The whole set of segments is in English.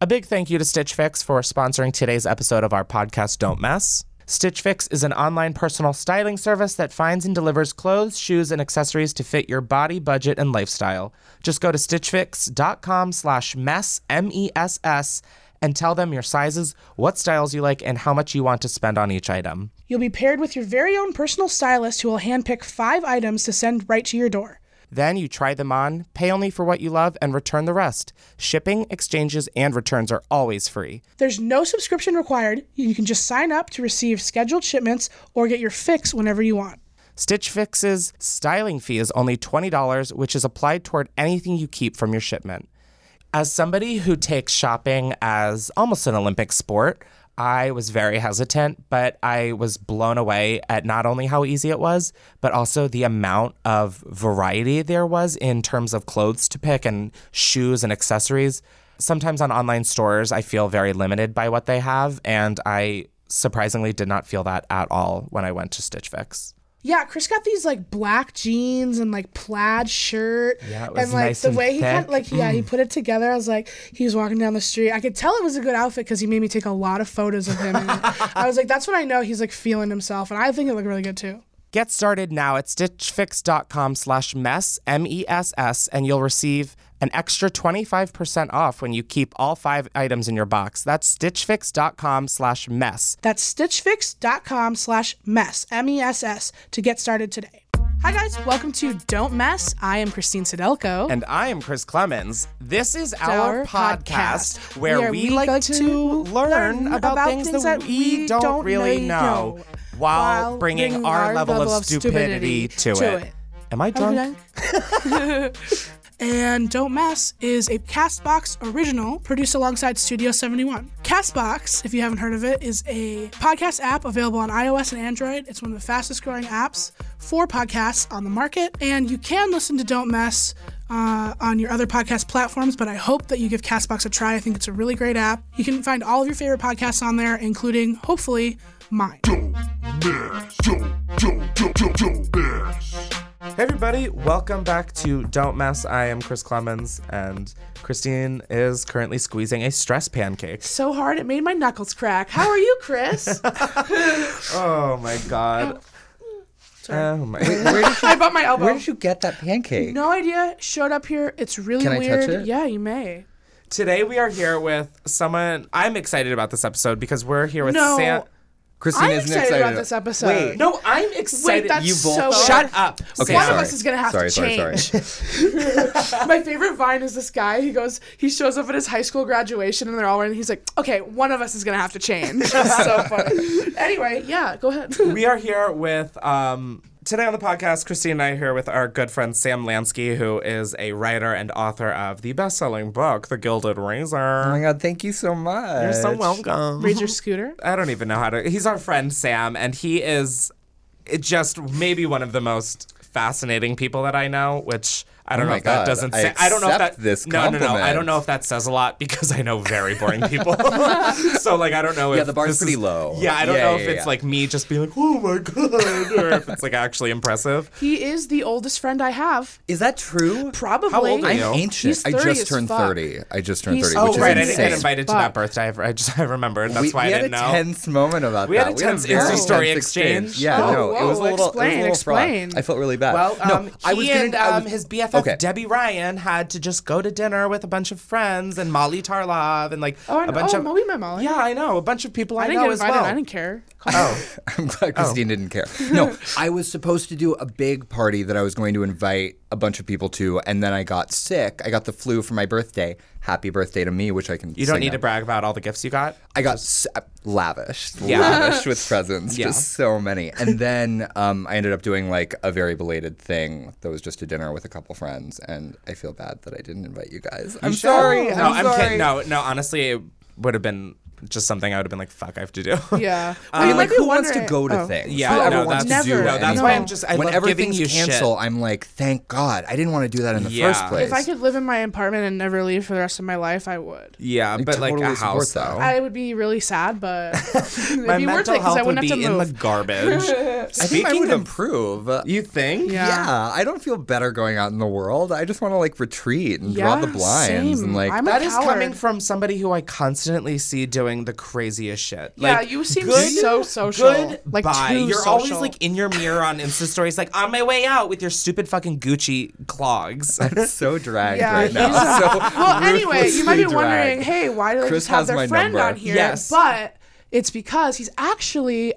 A big thank you to Stitch Fix for sponsoring today's episode of our podcast, Don't Mess. Stitch Fix is an online personal styling service that finds and delivers clothes, shoes, and accessories to fit your body, budget, and lifestyle. Just go to stitchfix.com slash mess, M-E-S-S, and tell them your sizes, what styles you like, and how much you want to spend on each item. You'll be paired with your very own personal stylist who will handpick five items to send right to your door. Then you try them on, pay only for what you love, and return the rest. Shipping, exchanges, and returns are always free. There's no subscription required. You can just sign up to receive scheduled shipments or get your fix whenever you want. Stitch Fix's styling fee is only $20, which is applied toward anything you keep from your shipment. As somebody who takes shopping as almost an Olympic sport, I was very hesitant, but I was blown away at not only how easy it was, but also the amount of variety there was in terms of clothes to pick and shoes and accessories. Sometimes on online stores, I feel very limited by what they have, and I surprisingly did not feel that at all when I went to Stitch Fix. Yeah, Chris got these like black jeans and like plaid shirt. Yeah, it was and like nice the and way he thick. Mm. kind like yeah, he put it together. I was like, he was walking down the street. I could tell it was a good outfit because he made me take a lot of photos of him. And I was like, that's when I know he's like feeling himself, and I think it looked really good too. Get started now at stitchfix.com slash mess, M-E-S-S, and you'll receive an extra 25% off when you keep all five items in your box. That's stitchfix.com slash mess. That's stitchfix.com slash mess, M-E-S-S, to get started today. Hi guys, welcome to Don't Mess. I am Christine Sedelko. And I am Chris Clemens. This is our, Our podcast, podcast, where, where we, we like, like to, to learn learn about, about things, things that that we we don't, don't really really know, know, while, while bringing, bringing our, our level, level of of stupidity, stupidity to, to it. it. Am I drunk? and Don't Mess is a Castbox original produced alongside Studio 71. Castbox, if you haven't heard of it, is a podcast app available on iOS and Android. It's one of the fastest growing apps for podcasts on the market. And you can listen to Don't Mess uh, on your other podcast platforms, but I hope that you give Castbox a try. I think it's a really great app. You can find all of your favorite podcasts on there, including, hopefully, mine. Hey everybody, welcome back to Don't Mess. I am Chris Clemens and Christine is currently squeezing a stress pancake. So hard, it made my knuckles crack. How are you, Chris? Oh my god. Oh my Where did, you, I bumped my elbow. where did you get that pancake? No idea. Showed up here. It's really Can I weird. touch it? Yeah, you may. Today we are here with someone I'm excited about this episode because we're here with No. Sam. Christine I'm isn't excited excited about this episode. Wait, No, I'm excited. that's you both so shut weird. up. Okay, One sorry. of us is gonna have sorry, to sorry, change. sorry. My favorite vine is this guy. He goes, he shows up at his high school graduation, and they're all wearing. He's like, okay, one of us is gonna have to change. It's so funny. Anyway, yeah, go ahead. We are here with um, today on the podcast. Christine and I are here with our good friend Sam Lansky, who is a writer and author of the best-selling book, The Gilded Oh my Razor. god, thank you so much. You're so welcome. Raise your scooter. I don't even know how to. He's our friend Sam, and he is it just maybe one of the most fascinating people that I know. Which I don't Oh know my if that God, doesn't. I Say, I don't know if accept that. this no, no, no. I compliment. don't know if that says a lot because I know very boring people. so like, I don't know. Yeah, if the bar's this pretty is- low. Yeah, I don't Yeah, know yeah, if it's yeah. like me just being like, oh my god, or if it's like actually impressive. He is the oldest friend I have. Is that true? Probably. How old are I'm you? ancient. He's I 30 just as turned fuck. 30. I just turned He's 30, so which Oh is right, I didn't insane. get invited to that Fuck. birthday. I, I just I remembered. That's we, why we I didn't had know. a tense moment about We had that. a tense very Insta story tense exchange. Yeah, Oh, no, it was a whoa, little, explain, it was a little fraught. explain. I felt really bad. Well, no, um, I was he gonna, and I um, was- his BFF okay. Debbie Ryan had to just go to dinner with a bunch of friends and Molly Tarlov and like Oh, I a know. bunch Oh, of Molly met Molly. Yeah, I know a bunch of people I, I didn't know get as invited. well. I didn't care. Oh, I'm glad Christine didn't care. No, I was supposed to do a big party that I was going to invite a bunch of people to, and then I got sick. I got the flu for my birthday. Happy birthday to me, which I can. you don't sing need to now. brag about all the gifts you got. I got s- uh, lavished, Yeah. lavished with presents, Yeah. just so many. And then um, I ended up doing like a very belated thing that was just a dinner with a couple friends, and I feel bad that I didn't invite you guys. I'm sorry. No, I'm, sorry. kidding. No, no. Honestly, it would have been Just something I would have been like, fuck, I have to do. Yeah. I you mean, Um, like, might be who wants to wondering- go to oh. things? Yeah, Who no, ever wants that's- to do Never. No, that's anything? why No. I'm just. I Whenever love giving things you cancel, shit. I'm like, thank God, I didn't want to do that in the Yeah. first place. If I could live in my apartment and never leave for the rest of my life, I would. Yeah, but like totally a support house that. though. I would be really sad, but it'd My be worth mental it because health I would wouldn't be have to in the move. garbage. I think I Speaking would of, improve. you think? Yeah. Yeah, I don't feel better going out in the world. I just want to like retreat and draw Yeah, the blinds same. and like I'm a That is coward. coming from somebody who I constantly see doing the craziest shit. Yeah, Like, you seem good- so social. Like Like too You're social. always like in your mirror on Insta stories, like on my way out with your stupid fucking Gucci clogs. I'm so dragged Yeah, right now. he's so well, anyway, you might be ruthlessly wondering, dragged. hey, why do they Chris just have has my their friend number. on here? Yes. But it's because he's actually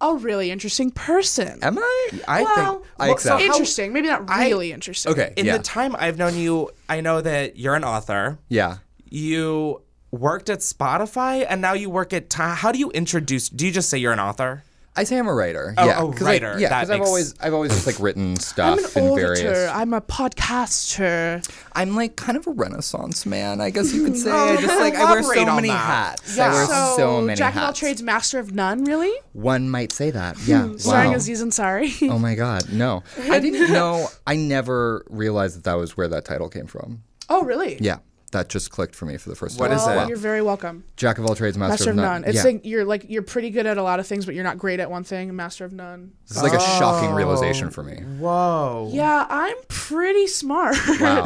a really interesting person. am I? I well, think I Well, accept. how- interesting, maybe not really interesting. Okay, in yeah, the time I've known you, I know that you're an author. yeah. You worked at Spotify, and now you work at. Ti- How do you introduce? Do you just say you're an author? I say I'm a writer. yeah, oh, 'cause I- writer. yeah, That because I've makes- always I've always just like written I'm stuff an in author. various. I'm a podcaster. I'm like kind of a renaissance man, I guess you could say. I just like I wear Elaborate so on many that. hats. Yeah. I wear so, so, many Jack of all hats. trades, master of none, really? One might say that. Yeah. Starring wow. Aziz Ansari. Oh my God, no! I didn't know. I never realized that that was where that title came from. oh, really? Yeah, that just clicked for me for the first What time. is Well, it? you're very welcome. Jack of all trades, master, Master of none. It's yeah. like you're like you're pretty good at a lot of things, but you're not great at one thing. Master of none. This is like a Oh. shocking realization for me. Whoa. Yeah, I'm pretty smart. Wow.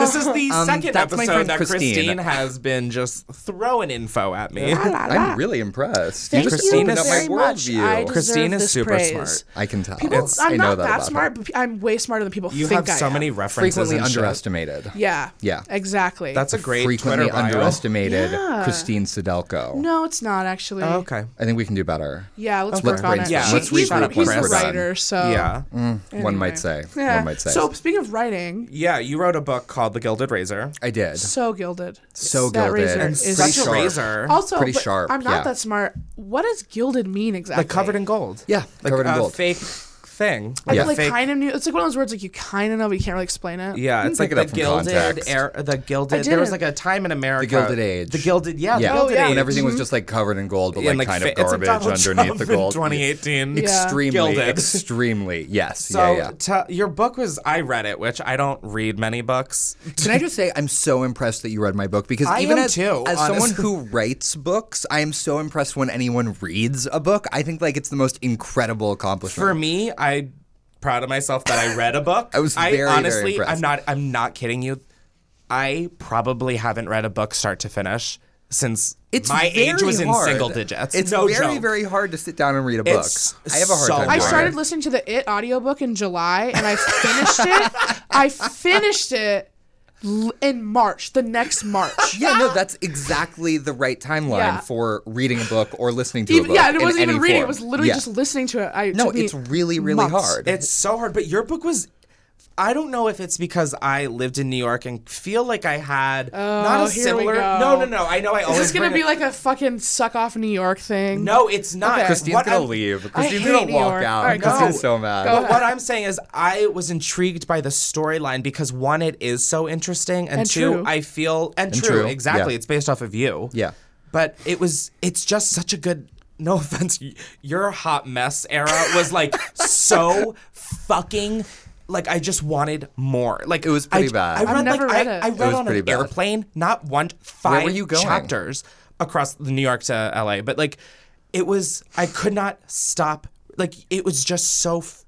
This is the Um, second that's my episode friend that Christine. Christine. has been just throwing info at me. I'm really impressed. Thank you just you Christine opened up very my much. I worldview. deserve Christine is this super praise. smart. I can tell. People, It's- I'm I know not that, that about smart, but I'm way smarter than people You think have so I am. many her. references. Frequently and shit. underestimated. Yeah. Yeah. Exactly. That's a great Frequently Twitter bio. underestimated Yeah. Christine Sidelko. no, it's not actually. Oh, okay. I think we can do better. Yeah, let's Let's work on it. brainstorm. Yeah, She- let's he's reach out a, to he's a Chris then. writer, so um, Yeah. One anyway. might say. Yeah. One might say. So speaking of writing, Yeah, you wrote a book called The Gilded Razor. I did. so gilded. So That gilded. razor And is pretty Such a sharp. razor. Also, Pretty but sharp, I'm not yeah. that smart. What does gilded mean exactly? Like covered in gold. Yeah, Like covered in a gold. fake thing. I Like a like fake- kind of knew. It's like one of those words like you kind of know, but you can't really explain it. Yeah, it's like pick it the up from gilded context. era, the gilded. There was like didn't. a time in America. The Gilded Age. The gilded, Oh, yeah, Yeah. the gilded yeah. age. When everything was just like covered in gold, but And, like, kind fa- of it's like garbage Donald underneath Trump the in gold. 2018. Extremely, Gilded. extremely, yes. So yeah, yeah. te- your book was I read it, which I don't read many books. Can I just say I'm so impressed that you read my book because I even am as, too, as someone honestly. who writes books, I am so impressed when anyone reads a book. I think like it's the most incredible accomplishment. For me, I proud of myself that I read a book. I was very, very honestly, I'm impressed. not I'm not kidding you. I probably haven't read a book start to finish since it's my age very was in hard. single digits. It's no very, joke. very hard to sit down and read a book. It's I have a hard so time. hard. I doing it. started listening to the It audiobook in July and I finished it. I finished it l- in March, the next March. Yeah, no, that's exactly the right timeline Ah. Yeah. for reading a book or listening to a Even- book. yeah, and it in wasn't even any reading; form. it was literally Yeah. just listening to it. I, it No, took me it's really, really months. hard. It's so hard, but your book was. I don't know if it's because I lived in New York and feel like I had not a Oh, here we similar. go. No, no, no. I know I Is always. this gonna bring be it- like a fucking suck off New York thing? No, it's not. Okay. Christine's What gonna I'm- leave. I Christine's hate gonna New walk York. out. All right, go Christine's ahead. so mad. Go But what I'm saying is, I was intrigued by the storyline because one, it is so interesting, and, And two, true. I feel and, true, true, exactly. yeah. It's based off of you. Yeah. But it was. It's just such a good. No offense, y- your hot mess era was like so fucking. Like I just wanted more. Like It was pretty I, bad. I I've read, never like, read I, it. I It read was on pretty an bad. airplane, not one five were you going? chapters across the New York to LA, but like it was I could not stop. Like it was just so. F-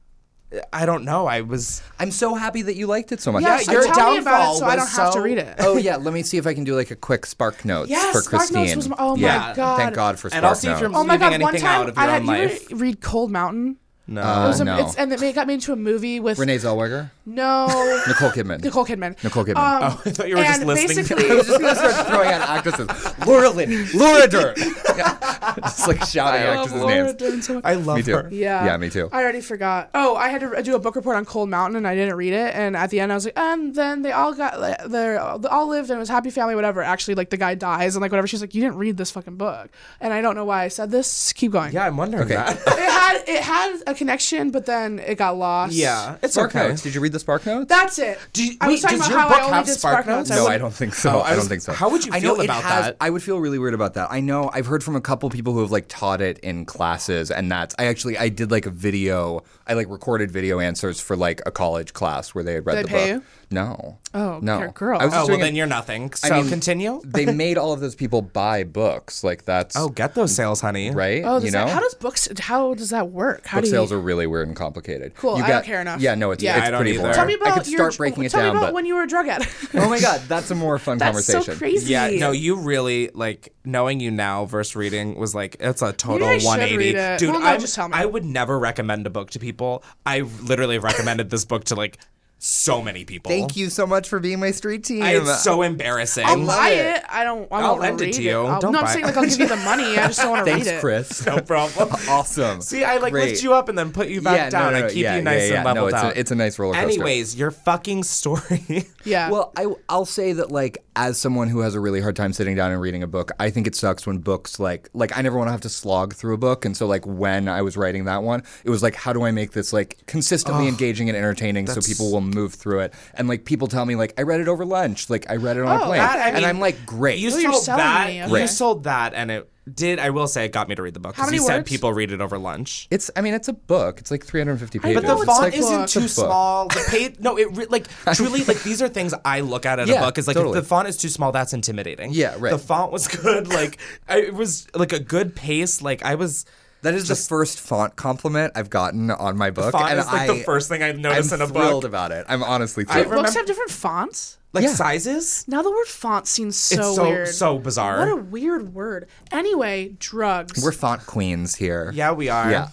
I don't know. I was. I'm so happy that you liked it so much. yeah, Yeah, so your tell me about downfall it so I was don't have to so- read it. oh yeah, let me see if I can do like a quick spark notes Yes, for Spark Notes Christine. was my- oh my yeah. God. Thank God for spark And I'll see if notes. you're Oh my leaving god! One anything time, out of I your had, own you ever life. read Cold Mountain? No. It was a- Uh, no. Oh, it's, and it made- got me into a movie with Renee Zellweger, no Nicole Kidman. Nicole Kidman. Nicole Kidman. Um, I thought Oh, you were just and listening to- basically- I was just gonna start throwing out actresses. Laura Lynn, Laura Dern. Yeah. Just like shouting I love actresses' Laura names. Dern "Oh, so much. I love Me too. her. Yeah. Yeah, me too. I already forgot. Oh, I had to do a book report on Cold Mountain and I didn't read it. And at the end, I was like, and then they all got, like, they're they all lived and it was a happy family, whatever. Actually, like the guy dies and like whatever. She's like, you didn't read this fucking book. And I don't know why I said this. Keep going. Yeah, I'm wondering that. It had it had a connection, but then it got lost. yeah, it's Spark okay. Oh, notes. Did you read the Spark Notes? That's it. Do you- I wait, was talking does about your how book I only have did Spark Spark Notes. Notes? no, would- I don't think so. Oh, I, I don't was- think so. how would you I know feel it about has- that? I would feel really weird about that. I know I've heard from a couple people who have like taught it in classes, and that's I actually I did like a video. I like recorded video answers for like a college class where they had read Did the they pay book. you? No. Oh, no, good girl. I was just Oh well, doing it- then you're nothing. So I mean, continue. they made all of those people buy books. Like that's Oh, get those sales, honey. right. Oh, you does know. that, how does books? How does that work? How Book do you? sales are really weird and complicated. Cool, You I don't care enough. Yeah, no, it's, Yeah, it's I don't pretty either. boring. Tell Tell me about I could your start dr- breaking it tell down, me about but when you were a drug addict. oh my god, that's a more fun That's so conversation. crazy. Yeah, no, you really like knowing you now versus reading was like it's a total Maybe I should 180. read it. Dude, Well, no, I just tell me. I would never recommend a book to people. I literally have recommended this book to like so many people. Thank you so much for being my street team. I- it's so embarrassing. I'll buy it. it. I don't. I I'll won't lend it read to you. I'll- Don't no, I'm buy saying it. like I'll give you the money. I just don't want to read Thanks, it. Chris. no problem. awesome. See, I like Oh, Great. lift you up and then put you back Yeah, no, down no, no, and keep yeah, you nice yeah, yeah. and leveled No, it's a- out. it's a nice roller coaster. Anyways, uh, your fucking story. Yeah. Well, I, I'll say that, like, as someone who has a really hard time sitting down and reading a book, I think it sucks when books, like, like I never want to have to slog through a book. And so, like, when I was writing that one, it was like, how do I make this like consistently engaging and entertaining so people will move through it? And like, people tell me, like, I read it over lunch, like, I read it on a plane, Oh, that, I mean, and I'm like, great. You Oh, you're sold selling that. me, You okay. sold that, and it did. I will say, it got me to read the book because many you said words? people read it over lunch. it's, I mean, it's a book. It's like 350 pages. But the know, It's font like- isn't it's a too book. small. The page, no, it re- like truly like these are things I look at in Yeah, a book. Is like totally. if the font is too small, that's intimidating. Yeah, right. The font was good. Like I, it was like a good pace. Like I was. That is the first font compliment I've gotten on my book. Font and is like I, the first thing I I'm noticed in a thrilled book. about it. I'm honestly I thrilled. books remember- have different fonts. like Yeah. sizes. Now the word font seems so, it's so weird. so bizarre. What a weird word. Anyway, drugs. We're font queens here. yeah, we are. Yeah.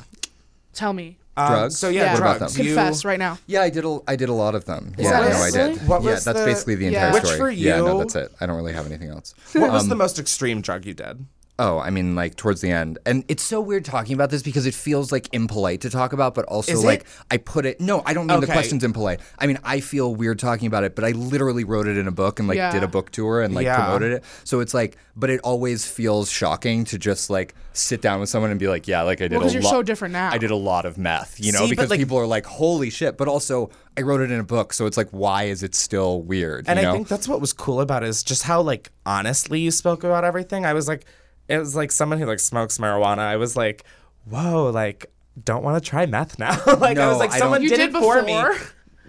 Tell me. Um, Drugs? So yeah, Yeah. What about drugs. them? You- Confess right now. Yeah, I did. A, I did a lot of them. yeah, that no, I it? did. What yeah, was that's the- basically the yeah. entire Which story. for Yeah, no, you- that's it. I don't really have anything else. What was um, the most extreme drug you did? Oh, I mean, like towards the end, and it's so weird talking about this because it feels like impolite to talk about, but also Is it? like I put it. No, I don't mean the Okay. question's impolite. I mean, I feel weird talking about it, but I literally wrote it in a book and like Yeah. did a book tour and like Yeah. promoted it. So it's like, but it always feels shocking to just like sit down with someone and be like, yeah, like I did. Well, a 'cause you're lot- so different now. I did a lot of meth, you know, See, but, because like- people are like, holy shit, but also I wrote it in a book, so it's like, why is it still weird? And you know? I think that's what was cool about it is just how like honestly you spoke about everything. I was like, it was like someone who like smokes marijuana. I was like, whoa, like don't want to try meth now. like I No, was like, I don't- someone You did, did it for me. before? Oh,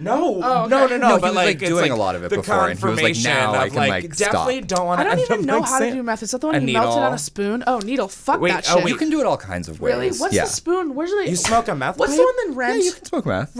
No, no, no, no, No, he But was, like, like, it's, doing like, a lot of it the before, and he was like, confirmation now I of, can, like, definitely stop. don't want I to. don't even know how to it. do meth. Is that the one A you melted on needle. a spoon? Oh, needle. Fuck Wait, that oh, shit. wait. you can do it all kinds of ways. really? What's yeah. the spoon? Where's the? You smoke a meth What's the pipe? one that Yeah, rents? you can smoke meth.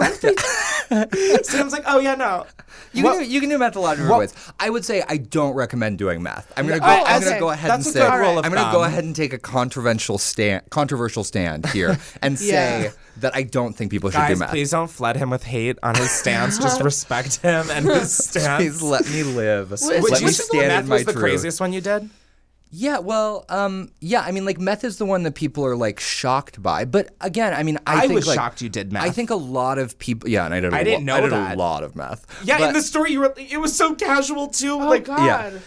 Sam's like, oh yeah, no. You What- can, do, you can do meth a lot of different ways. I would say I don't recommend doing meth. I'm gonna go. Oh, I'm okay. gonna go ahead That's a and good say rule of I'm gonna go thumb. ahead and take a controversial stand. Controversial stand here Yeah. and say that I don't think people should do Guys, meth. please don't flood him with hate on his stance. Just respect him and his stance. Please let me live. is- let which me is the stand meth in my was the truth. craziest one you did? Yeah, well, um, yeah. I mean, like meth is the one that people are like shocked by. But again, I mean, I, I think was like, shocked you did meth. I think a lot of people. Yeah, and I did. a I didn't lo- know I did that. a lot of meth. Yeah, but, in the story, you were, it was so casual too. Oh like, God. yeah.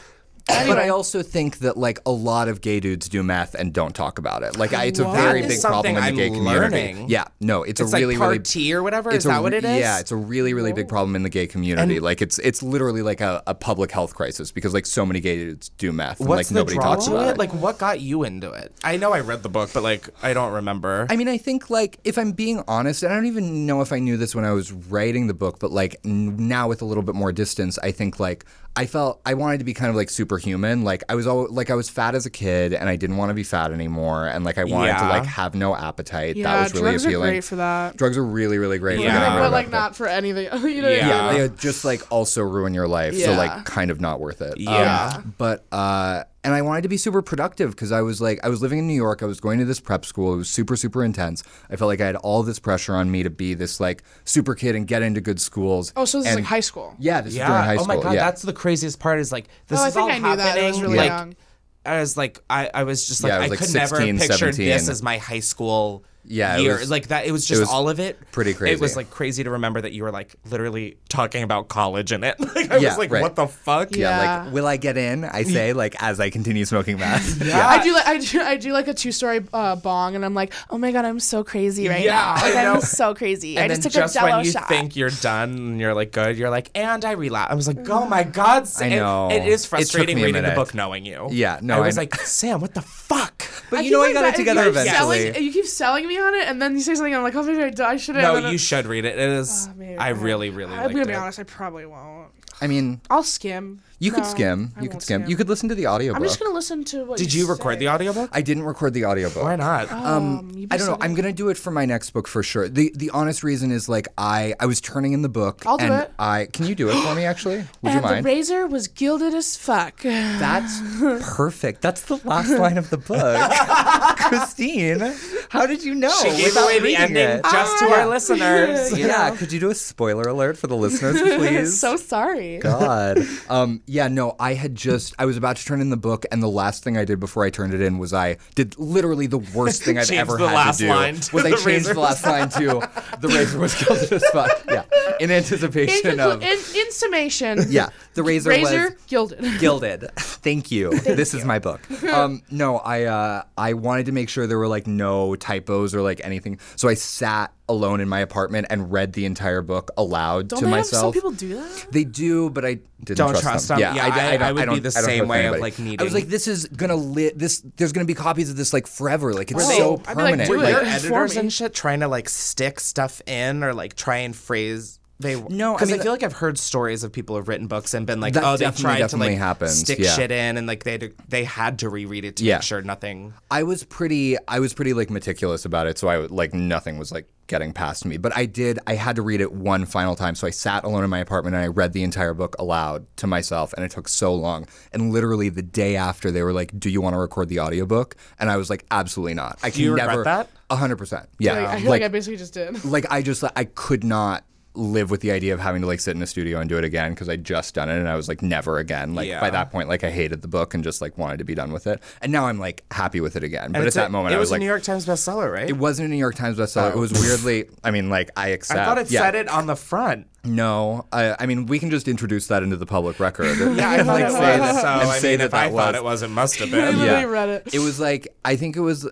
But I also think that like a lot of gay dudes do meth and don't don't talk about it. Like, I, it's a Whoa. very That is big problem in the something gay I'm community. learning. Yeah, no, It's it's, a like really really Part-T or whatever? It's Is a that what it re- is? Oh. Yeah, it's a really really big problem in the gay community. like, it's it's literally like a, a public health crisis because like so many gay dudes do meth and like What's nobody the draw talks to about it? it. Like, what got you into it? I know I read the book, but like, I don't remember. I mean, I think like if I'm being honest, and I don't even know if I knew this when I was writing the book, but like n- now with a little bit more distance, I think like I felt I wanted to be kind of like superhuman. Like I was all like I was fat as a kid, and I didn't want to be fat anymore, and like I wanted to Yeah. like have no appetite. Yeah, that was really drugs are appealing. great for that. Drugs are really really great. Yeah. for that. Yeah, But like not for anything. you know what I Yeah. mean? Yeah, they just like also ruin your life. So Yeah. like kind of not worth it. Um, Yeah. but uh and I wanted to be super productive because I was like I was living in New York, I was going to this prep school, it was super, super intense. I felt like I had all this pressure on me to be this like super kid and get into good schools. Oh, so this is And- like high school. Yeah, this is yeah. during high oh school. my god, yeah. that's the craziest part. Is like this Oh, I is think all I knew that. I was happening. really like, young. I was like, I, I was just like, Yeah, I I, was, like, could 16, never picture 17. this as my high school Yeah, it year. was- like that, it was just was all of it. pretty It was crazy. like crazy to remember that you were like literally talking about college in it. Like I Yeah, was like, right. what the fuck? Yeah, Yeah. like will I get in? I say like as I continue smoking meth. Yeah. I do like I do, I do like a two story uh, bong, and I'm like, oh my god, I'm so crazy right Yeah, now. I Like, know. I'm so crazy. I And just then took just a Jello when you shot. think you're done and you're like good, you're like, and I relapse. I was like, oh my god, Sam. It- know. It It is took frustrating me a reading the minute. book knowing you. Yeah, no, I I was kn- like, Sam, what the fuck? But you keep know I going got it back- together you keep eventually. Selling, you keep selling me on it, and then you say something, I'm like, oh maybe I, d- I shouldn't. and no, then- you should read it. It is. Oh, maybe I I- really, really I'm liked gonna be it. honest. I probably won't. I mean, I'll skim. you could No, skim. I You could won't skim. You could listen to the audiobook. I'm just gonna listen to what. Did you record say. the audiobook? I didn't record the audiobook. Why not? Um, you'd be I don't know. so I'm good. gonna do it for my next book for sure. the The honest reason is like I I was turning in the book. I'll do and it. I can you do it for me actually? Would you and mind? the razor was gilded as fuck. That's perfect. That's the last line of the book. Christine, how did you know? she gave without away the reading ending it? just to Ah. our listeners. you yeah, know. could you do a spoiler alert for the listeners, please? so sorry. God. Um, yeah, no, I had just, I was about to turn in the book, and the last thing I did before I turned it in was I did literally the worst thing I've Changed ever the had last to do. line to was I the changed razor. the last line to the razor was gilded as fuck. Yeah, in In, anticipation conclu- of. in, in summation, um, yeah, the razor, was razor gilded. gilded. Thank you. this is my book. Um, no, I uh, I wanted to make sure there were like no typos or like anything. So I sat alone in my apartment and read the entire book aloud Don't to they have myself. some people do that? They do, but I didn't Don't trust, trust them. them. Yeah, I- don't- I would be don't- the I don't same trust way of, anybody. like, I was needing- like, this is gonna lit. This there's gonna be copies of this like forever. Like it's Were they- so I'd be like, permanent. do Were it. your Like, editors informing. and shit trying to like stick stuff in or like try and phrase they No, I because I, mean- feel like I've heard stories of people who've written books and been like, That oh, they definitely, tried definitely to like happens, stick yeah. shit in and like they had to- they had to reread it to Yeah. make sure nothing. I was pretty I was pretty like meticulous about it, so I would- like nothing was like getting past me. But I did I had to read it one final time, so I sat alone in my apartment and I read the entire book aloud to myself and it took so long. And literally the day after they were like, "Do you want to record the audiobook?" and I was like, "Absolutely not. I can you regret never that? 100%. Yeah. Like, I feel like I basically just did. like I just I could not live with the idea of having to like sit in a studio and do it again because I'd just done it and I was like never again. Like Yeah. by that point, like I hated the book and just like wanted to be done with it. And now I'm like happy with it again. And But at it's that a- moment, it I was, was, a like, New York Times bestseller, right? it wasn't a New York Times bestseller. It was weirdly, I mean, like I accept. I thought it yeah. said it on the front. No, I, I mean we can just introduce that into the public record. Yeah, I thought it was. say that- So and I say mean, that if that I thought was. it was, it must have I been. literally Yeah. read it. It was like I think it was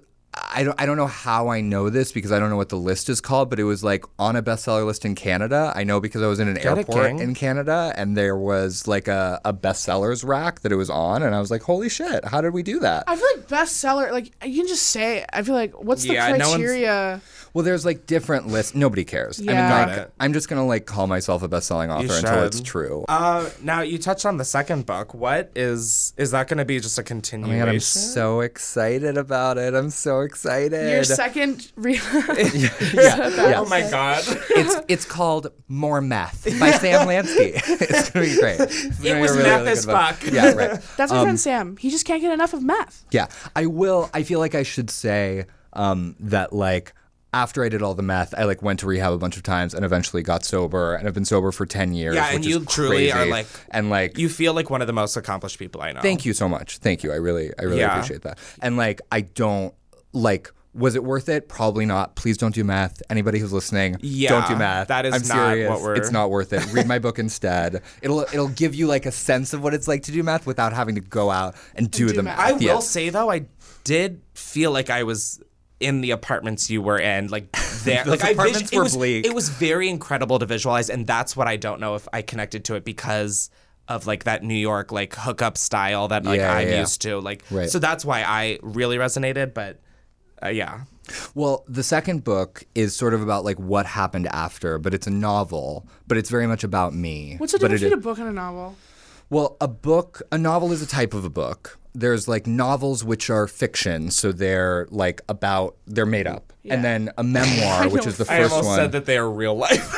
I don't I don't know how I know this because I don't know what the list is called, but it was like on a bestseller list in Canada. I know because I was in an it, airport King. in Canada and there was like a, a bestsellers rack that it was on and I was like, Holy shit, how did we do that? I feel like bestseller, like you can just say. It. I feel like what's Yeah, the no one's- criteria? well there's like different lists nobody cares. Yeah. I Got mean like it. I'm just gonna like call myself a best-selling author until should. it's true. Uh, now you touched on the second book. What is is that going to be just a Oh my continuation? God, I'm so excited about it. I'm so excited. Your second, re- oh my god! it's it's called More Meth by Sam Lansky. it's gonna be great. It's gonna be was a meth as good book. fuck. Yeah, right. that's my Um, friend Sam. He just can't get enough of meth. Yeah, I will. I feel like I should say um, that like after I did all the meth, I like went to rehab a bunch of times and eventually got sober and I've been sober for ten years. Yeah, and which is you truly are, crazy. like- and like you feel like one of the most accomplished people I know. Thank you so much. Thank you. I really, I really Yeah. appreciate that. And like, I don't like. Was it worth it? Probably not. Please don't do math. Anybody who's listening, Yeah, don't do math. that is I'm not serious. what we're- It's not worth it. Read my book instead. It'll it'll give you like a sense of what it's like to do math without having to go out and do, the math. I Yeah. will say though, I did feel like I was in the apartments you were in, like there. Those like I apartments it were was, bleak. It was very incredible to visualize, and that's what I don't know if I connected to it because of like that New York like hookup style that like Yeah, I'm yeah, yeah. used to. Like Right. so that's why I really resonated. But uh, yeah, Well, the second book is sort of about like what happened after, but it's a novel, but it's very much about me. What's the But difference it is- between a book and a novel? Well, a book, a novel is a type of a book. There's like novels which are fiction, so they're like about they're made up, and then a memoir, which is the I first almost one. said that they are real life.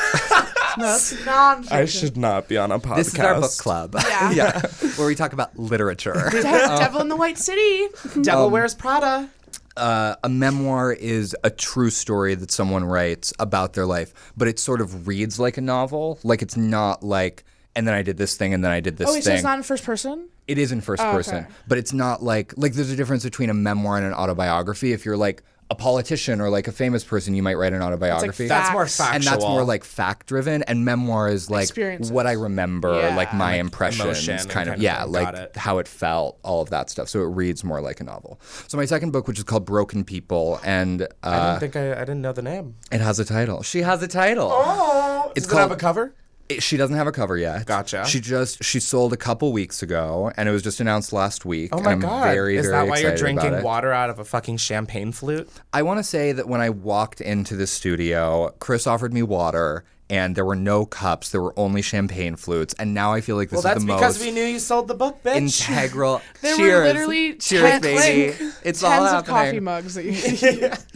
That's non. should not be on a podcast. this is our book club, Yeah. where we talk about literature. Devil in the White City. Devil Um, Wears Prada. uh, a memoir is a true story that someone writes about their life, but it sort of reads like a novel. Like it's not like, and then I did this thing, and then I did this Oh, wait, so thing. it's not in first person. Oh, It is in first person, but it's not like like there's a difference between a memoir and an autobiography. If you're like a politician or like a famous person, you might write an autobiography. fact- That's more Facts. factual. and that's more like fact driven, and memoir is like Experiences. what I remember, Yeah. like my impressions, emotion and kind, kind of, of- yeah, got like it. how it felt, all of that stuff. So it reads more like a novel. So my second book, which is called Broken People, and I uh, didn't think I, I didn't know the name. it has a title. She has a title. Oh, It's it's does it have a called- cover? It- She doesn't have a cover yet. Gotcha. She just she sold a couple weeks ago, and it was just announced last week. Oh my and I'm god! Very, Is very that why you're excited about drinking it. water out of a fucking champagne flute? I want to say that when I walked into the studio, Chris offered me water, and there were no cups. There were only champagne flutes, and now I feel like this Well, that's is the because most we knew you sold the book, bitch. integral. There were Cheers. literally Cheers, tens- baby. like, it's all tens happening. of coffee mugs that you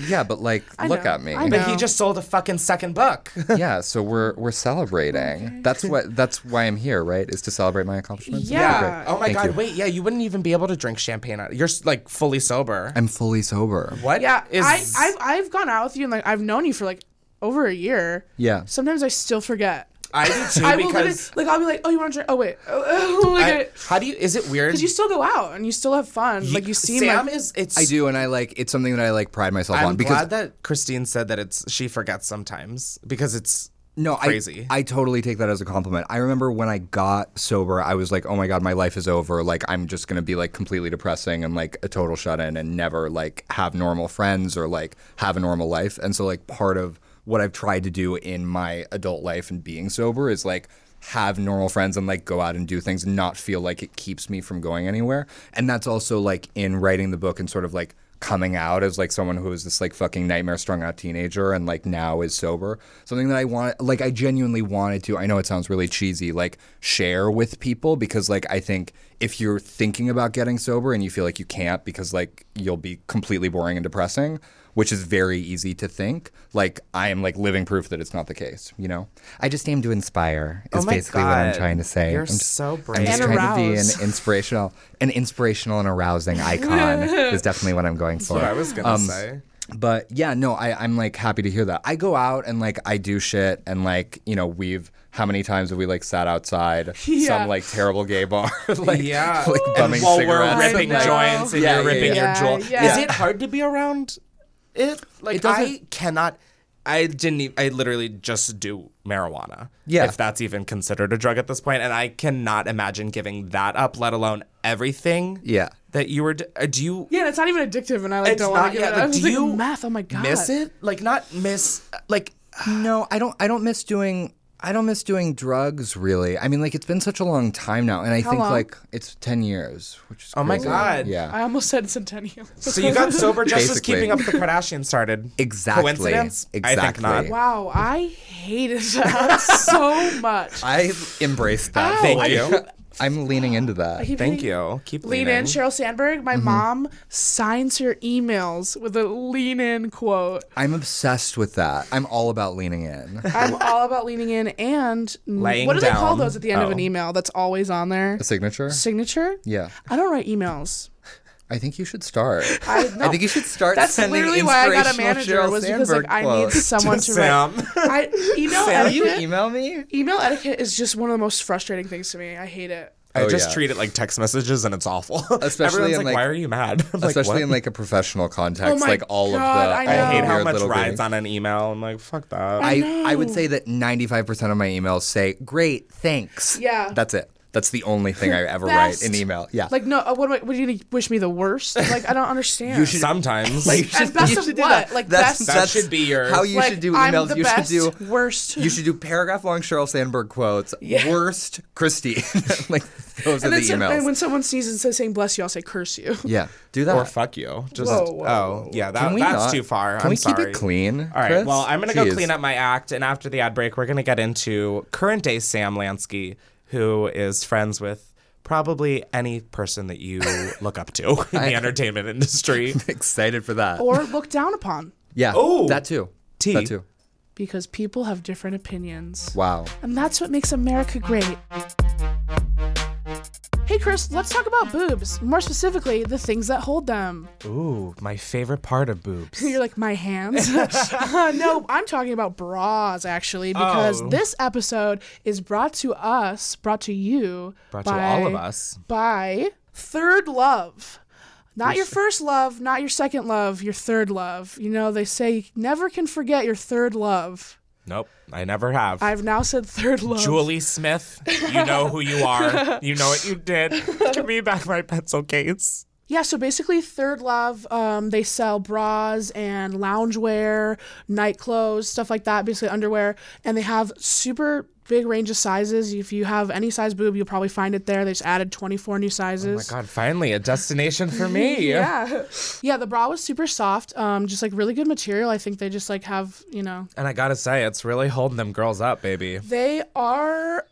Yeah, but like, look know. at me. I know. but he just sold a fucking second book. Yeah, so we're we're celebrating. That's what that's why I'm here, right? Is to celebrate my accomplishments. Yeah. Great. Oh my Thank god! you. Wait, yeah, you wouldn't even be able to drink champagne. Out you're s- like fully sober. I'm fully sober. What? Yeah, is- I, I've I've gone out with you and like I've known you for like over a year. Yeah. Sometimes I still forget. I do too I will literally because like I'll be like, oh, you want to drink? Oh wait, oh, like I, I- how do you? Is it weird? because you still go out and you still have fun. like you seem Sam like is. It's. I do, and I like it's something that I like pride myself I'm on because glad that Christine said that it's she forgets sometimes because it's no, crazy. I I totally take that as a compliment. I remember when I got sober, I was like, oh my god, my life is over. Like I'm just gonna be like completely depressing and like a total shut in and never like have normal friends or like have a normal life. And so like part of what I've tried to do in my adult life and being sober is like have normal friends and like go out and do things and not feel like it keeps me from going anywhere. And that's also like in writing the book and sort of like coming out as like someone who was this like fucking nightmare strung out teenager and like now is sober. Something that I want like I genuinely wanted to I know it sounds really cheesy like share with people because like I think if you're thinking about getting sober and you feel like you can't because like you'll be completely boring and depressing, which is very easy to think, like I am like living proof that it's not the case, you know? I just aim to inspire is Oh my basically what I'm God. trying to say. You're I'm just- so I'm brave. just And trying to be arouse. an inspirational an inspirational and arousing icon is definitely what I'm going for. what I was gonna Um, say. But yeah, no, I, I'm like happy to hear that. I go out and like I do shit and like, you know, we've how many times have we like sat outside Yeah. some like terrible gay bar? like yeah, like and bumming while cigarettes. we're ripping I know. joints and Yeah, you're yeah, ripping yeah. your joint. Yeah, yeah. Is it hard to be around it? Like It doesn't- I cannot. I didn't. Even, I literally just do marijuana. Yeah. if that's even considered a drug at this point, and I cannot imagine giving that up, let alone everything. Yeah. that you were. d- uh, Do you? yeah, and it's not even addictive, and I like It's don't want not to give yet, it like, up. It's do like, you meth? Oh my god, Miss it? Like not miss? uh, Like No, I don't I don't miss doing I don't miss doing drugs really. I mean like it's been such a long time now and I think long? like it's 10 years, which is Oh my crazy. God. Yeah. I almost said centennial. so you got sober just as Basically. keeping up with the Kardashians started. Exactly. Coincidence? I think Exactly. not. wow, I hated that so much. I embraced that. Ow. Thank you. I'm leaning into that. keep Thank hitting- you. Keep Lean leaning. in, Cheryl Sandberg. My mom signs her emails with a lean in quote. I'm obsessed with that. I'm all about leaning in. I'm all about leaning in and Laying what do they call down. those at the end of Oh. an email? That's always on there. A signature? Signature. Yeah. I don't write emails. I think you should start. I, no. think you should start That's sending literally why I got a inspirational manager Sheryl was because like Sandberg I need quotes someone to, to write. Sam. I, email Will you e-, etiquette. email me? Email etiquette is just one of the most frustrating things to me. I hate it. I Oh, just yeah. treat it like text messages and it's awful. Especially Everyone's in, like, like- why are you mad? I'm like, Especially "What?" in like a professional context, Oh my like all God, of I the. know. all I the hate how weird much little rides greetings. on an email. I'm like, fuck that. I, I would say that 95% of my emails say, great, thanks. Yeah. That's it. That's the only thing I ever Best. write in email. Yeah. Like no, uh, what, am I, what are you gonna wish me the worst? Like I don't understand. You should- Sometimes. And best of what? Like best. That should be your- How you like, should do I'm emails. the you best, should do worst. You should do paragraph long Sheryl Sandberg quotes. Worst Christine. like those and then are the some- emails. and when someone sneezes instead of saying bless you, I'll say curse you. yeah, do that. or fuck you. Just Whoa, whoa, oh yeah, that, Can we that's not- too far. can I'm we keep it sorry. clean, All right. Chris? Well, I'm gonna Jeez. go clean up my act, and after the ad break, we're gonna get into current day Sam Lansky, who is friends with probably any person that you look up to in the entertainment industry. Excited for that. Or look down upon yeah. Oh. that too. Tea. That too. because people have different opinions. Wow. And that's what makes America great. Hey, Chris, let's talk about boobs. More specifically, the things that hold them. Ooh, my favorite part of boobs. You're like, my hands? Uh, no, I'm talking about bras, actually, because Oh. this episode is brought to us, brought to you, Brought by, to all of us. by Third Love. Not your first love, not your second love, your third love. You know, they say you never can forget your third love. Nope, I never have. I've now said third love. Julie Smith, you know who you are. You know what you did. Give me back my pencil case. Yeah, so basically, Third Love, um, they sell bras and loungewear, night clothes, stuff like that, basically underwear. And they have super big range of sizes. If you have any size boob, you'll probably find it there. They just added 24 Oh new My sizes. God, finally a destination for me. yeah. Yeah, the bra was super soft, um, just like really good material. I think they just like have, you know, And I gotta say, it's really holding them girls up, baby. they are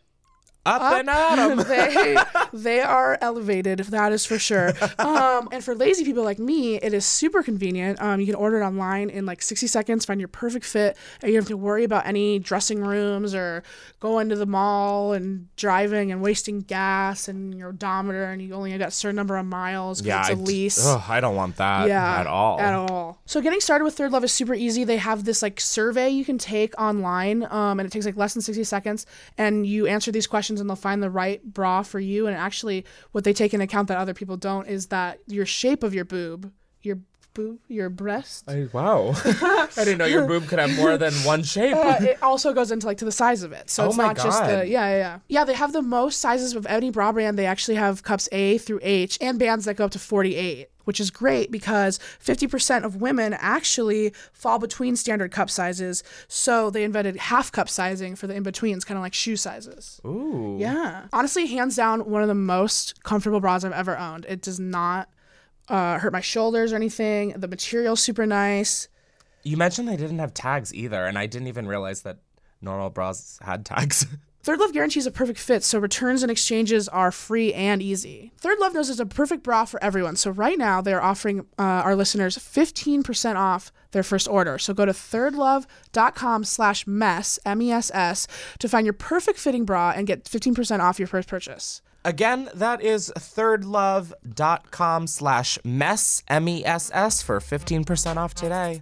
Up, and at 'em. they they are elevated that is for sure um, and for lazy people like me it is super convenient um, you can order it online in like 60 seconds find your perfect fit and you don't have to worry about any dressing rooms or going to the mall and driving and wasting gas and your odometer and you only got a certain number of miles 'cause Yeah, it's a I d- lease ugh, I don't want that at all. at all. So getting started with Third Love is super easy. They have this like survey you can take online, um, and it takes like less than sixty seconds. And you answer these questions, and they'll find the right bra for you. And actually, what they take into account that other people don't is that your shape of your boob, your boob, your breast. I- wow, I didn't know your boob could have more than one shape. but it also goes into like to the size of it. So Oh it's my not just the God. yeah, yeah, yeah. Yeah, they have the most sizes of any bra brand. They actually have cups A through H and bands that go up to 48, which is great because 50% of women actually fall between standard cup sizes. So they invented half cup sizing for the in-betweens, kind of like shoe sizes. Ooh, Yeah. Honestly, hands down, one of the most comfortable bras I've ever owned. It does not uh, hurt my shoulders or anything. The material's super nice. you mentioned they didn't have tags either, and I didn't even realize that normal bras had tags. Third Love guarantees a perfect fit, so returns and exchanges are free and easy. Third Love knows it's a perfect bra for everyone, so right now they're offering uh, our listeners 15% off their first order. So go to thirdlove.com slash mess, M-E-S-S, to find your perfect fitting bra and get 15% off your first purchase. Again, that is thirdlove.com slash mess, M-E-S-S, for 15% off today.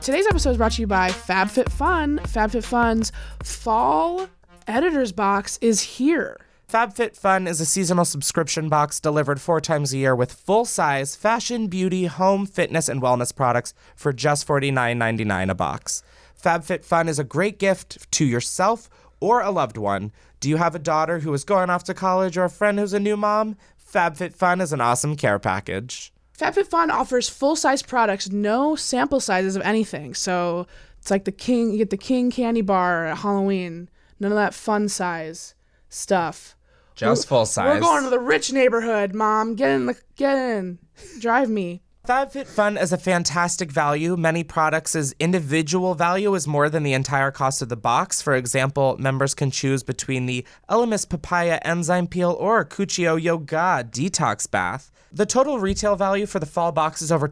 Today's episode is brought to you by FabFitFun. FabFitFun's Fall Editor's Box is here. FabFitFun is a seasonal subscription box delivered four times a year with full size fashion, beauty, home, fitness, and wellness products for just $49.99 a box. FabFitFun is a great gift to yourself or a loved one. Do you have a daughter who is going off to college or a friend who's a new mom? FabFitFun is an awesome care package. FabFitFun offers full-size products, no sample sizes of anything. So it's like the king. You get the king candy bar at Halloween. None of that fun size stuff. Just full We're going to the rich neighborhood, mom. Get in the get in. Drive me. FabFitFun is a fantastic value. Many products' individual value is more than the entire cost of the box. For example, members can choose between the Elemis Papaya Enzyme Peel or Cuccio Yoga Detox Bath. The total retail value for the fall box is over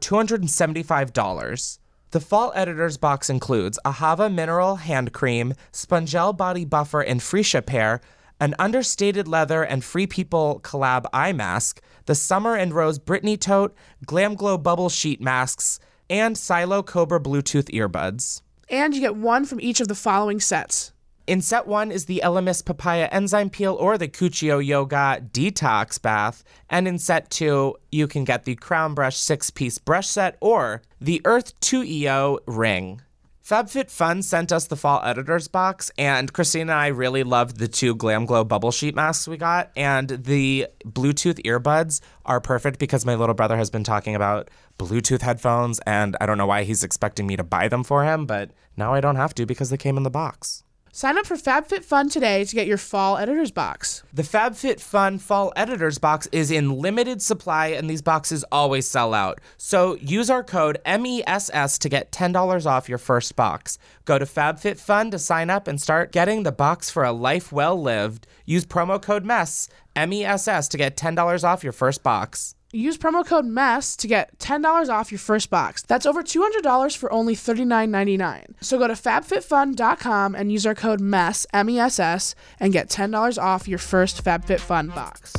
$275. The fall editor's box includes a Hava mineral hand cream, Spongel body buffer and Freesia pair, an understated leather and Free People collab eye mask, the Summer and Rose Brittany tote, Glam Glow bubble sheet masks, and Silo Cobra Bluetooth earbuds. And you get one from each of the following sets. In set one is the Elemis Papaya Enzyme Peel or the Cuccio Yoga Detox Bath. And in set two, you can get the Crown Brush six piece brush set or the Earth 2EO ring. FabFitFun sent us the fall editor's box, and Christina and I really loved the two Glam Glow bubble sheet masks we got. And the Bluetooth earbuds are perfect because my little brother has been talking about Bluetooth headphones, and I don't know why he's expecting me to buy them for him, but now I don't have to because they came in the box. Sign up for FabFitFun today to get your fall editor's box. The FabFitFun Fall Editors box is in limited supply, and these boxes always sell out. So use our code MESS to get $10 off your first box. Go to FabFitFun to sign up and start getting the box for a life well lived. Use promo code MESS, MESS, to get $10 off your first box. Use promo code MESS to get $10 off your first box. That's over $200 for only $39.99. So go to fabfitfun.com and use our code E MESS, M-E-S-S, and get $10 off your first FabFitFun box.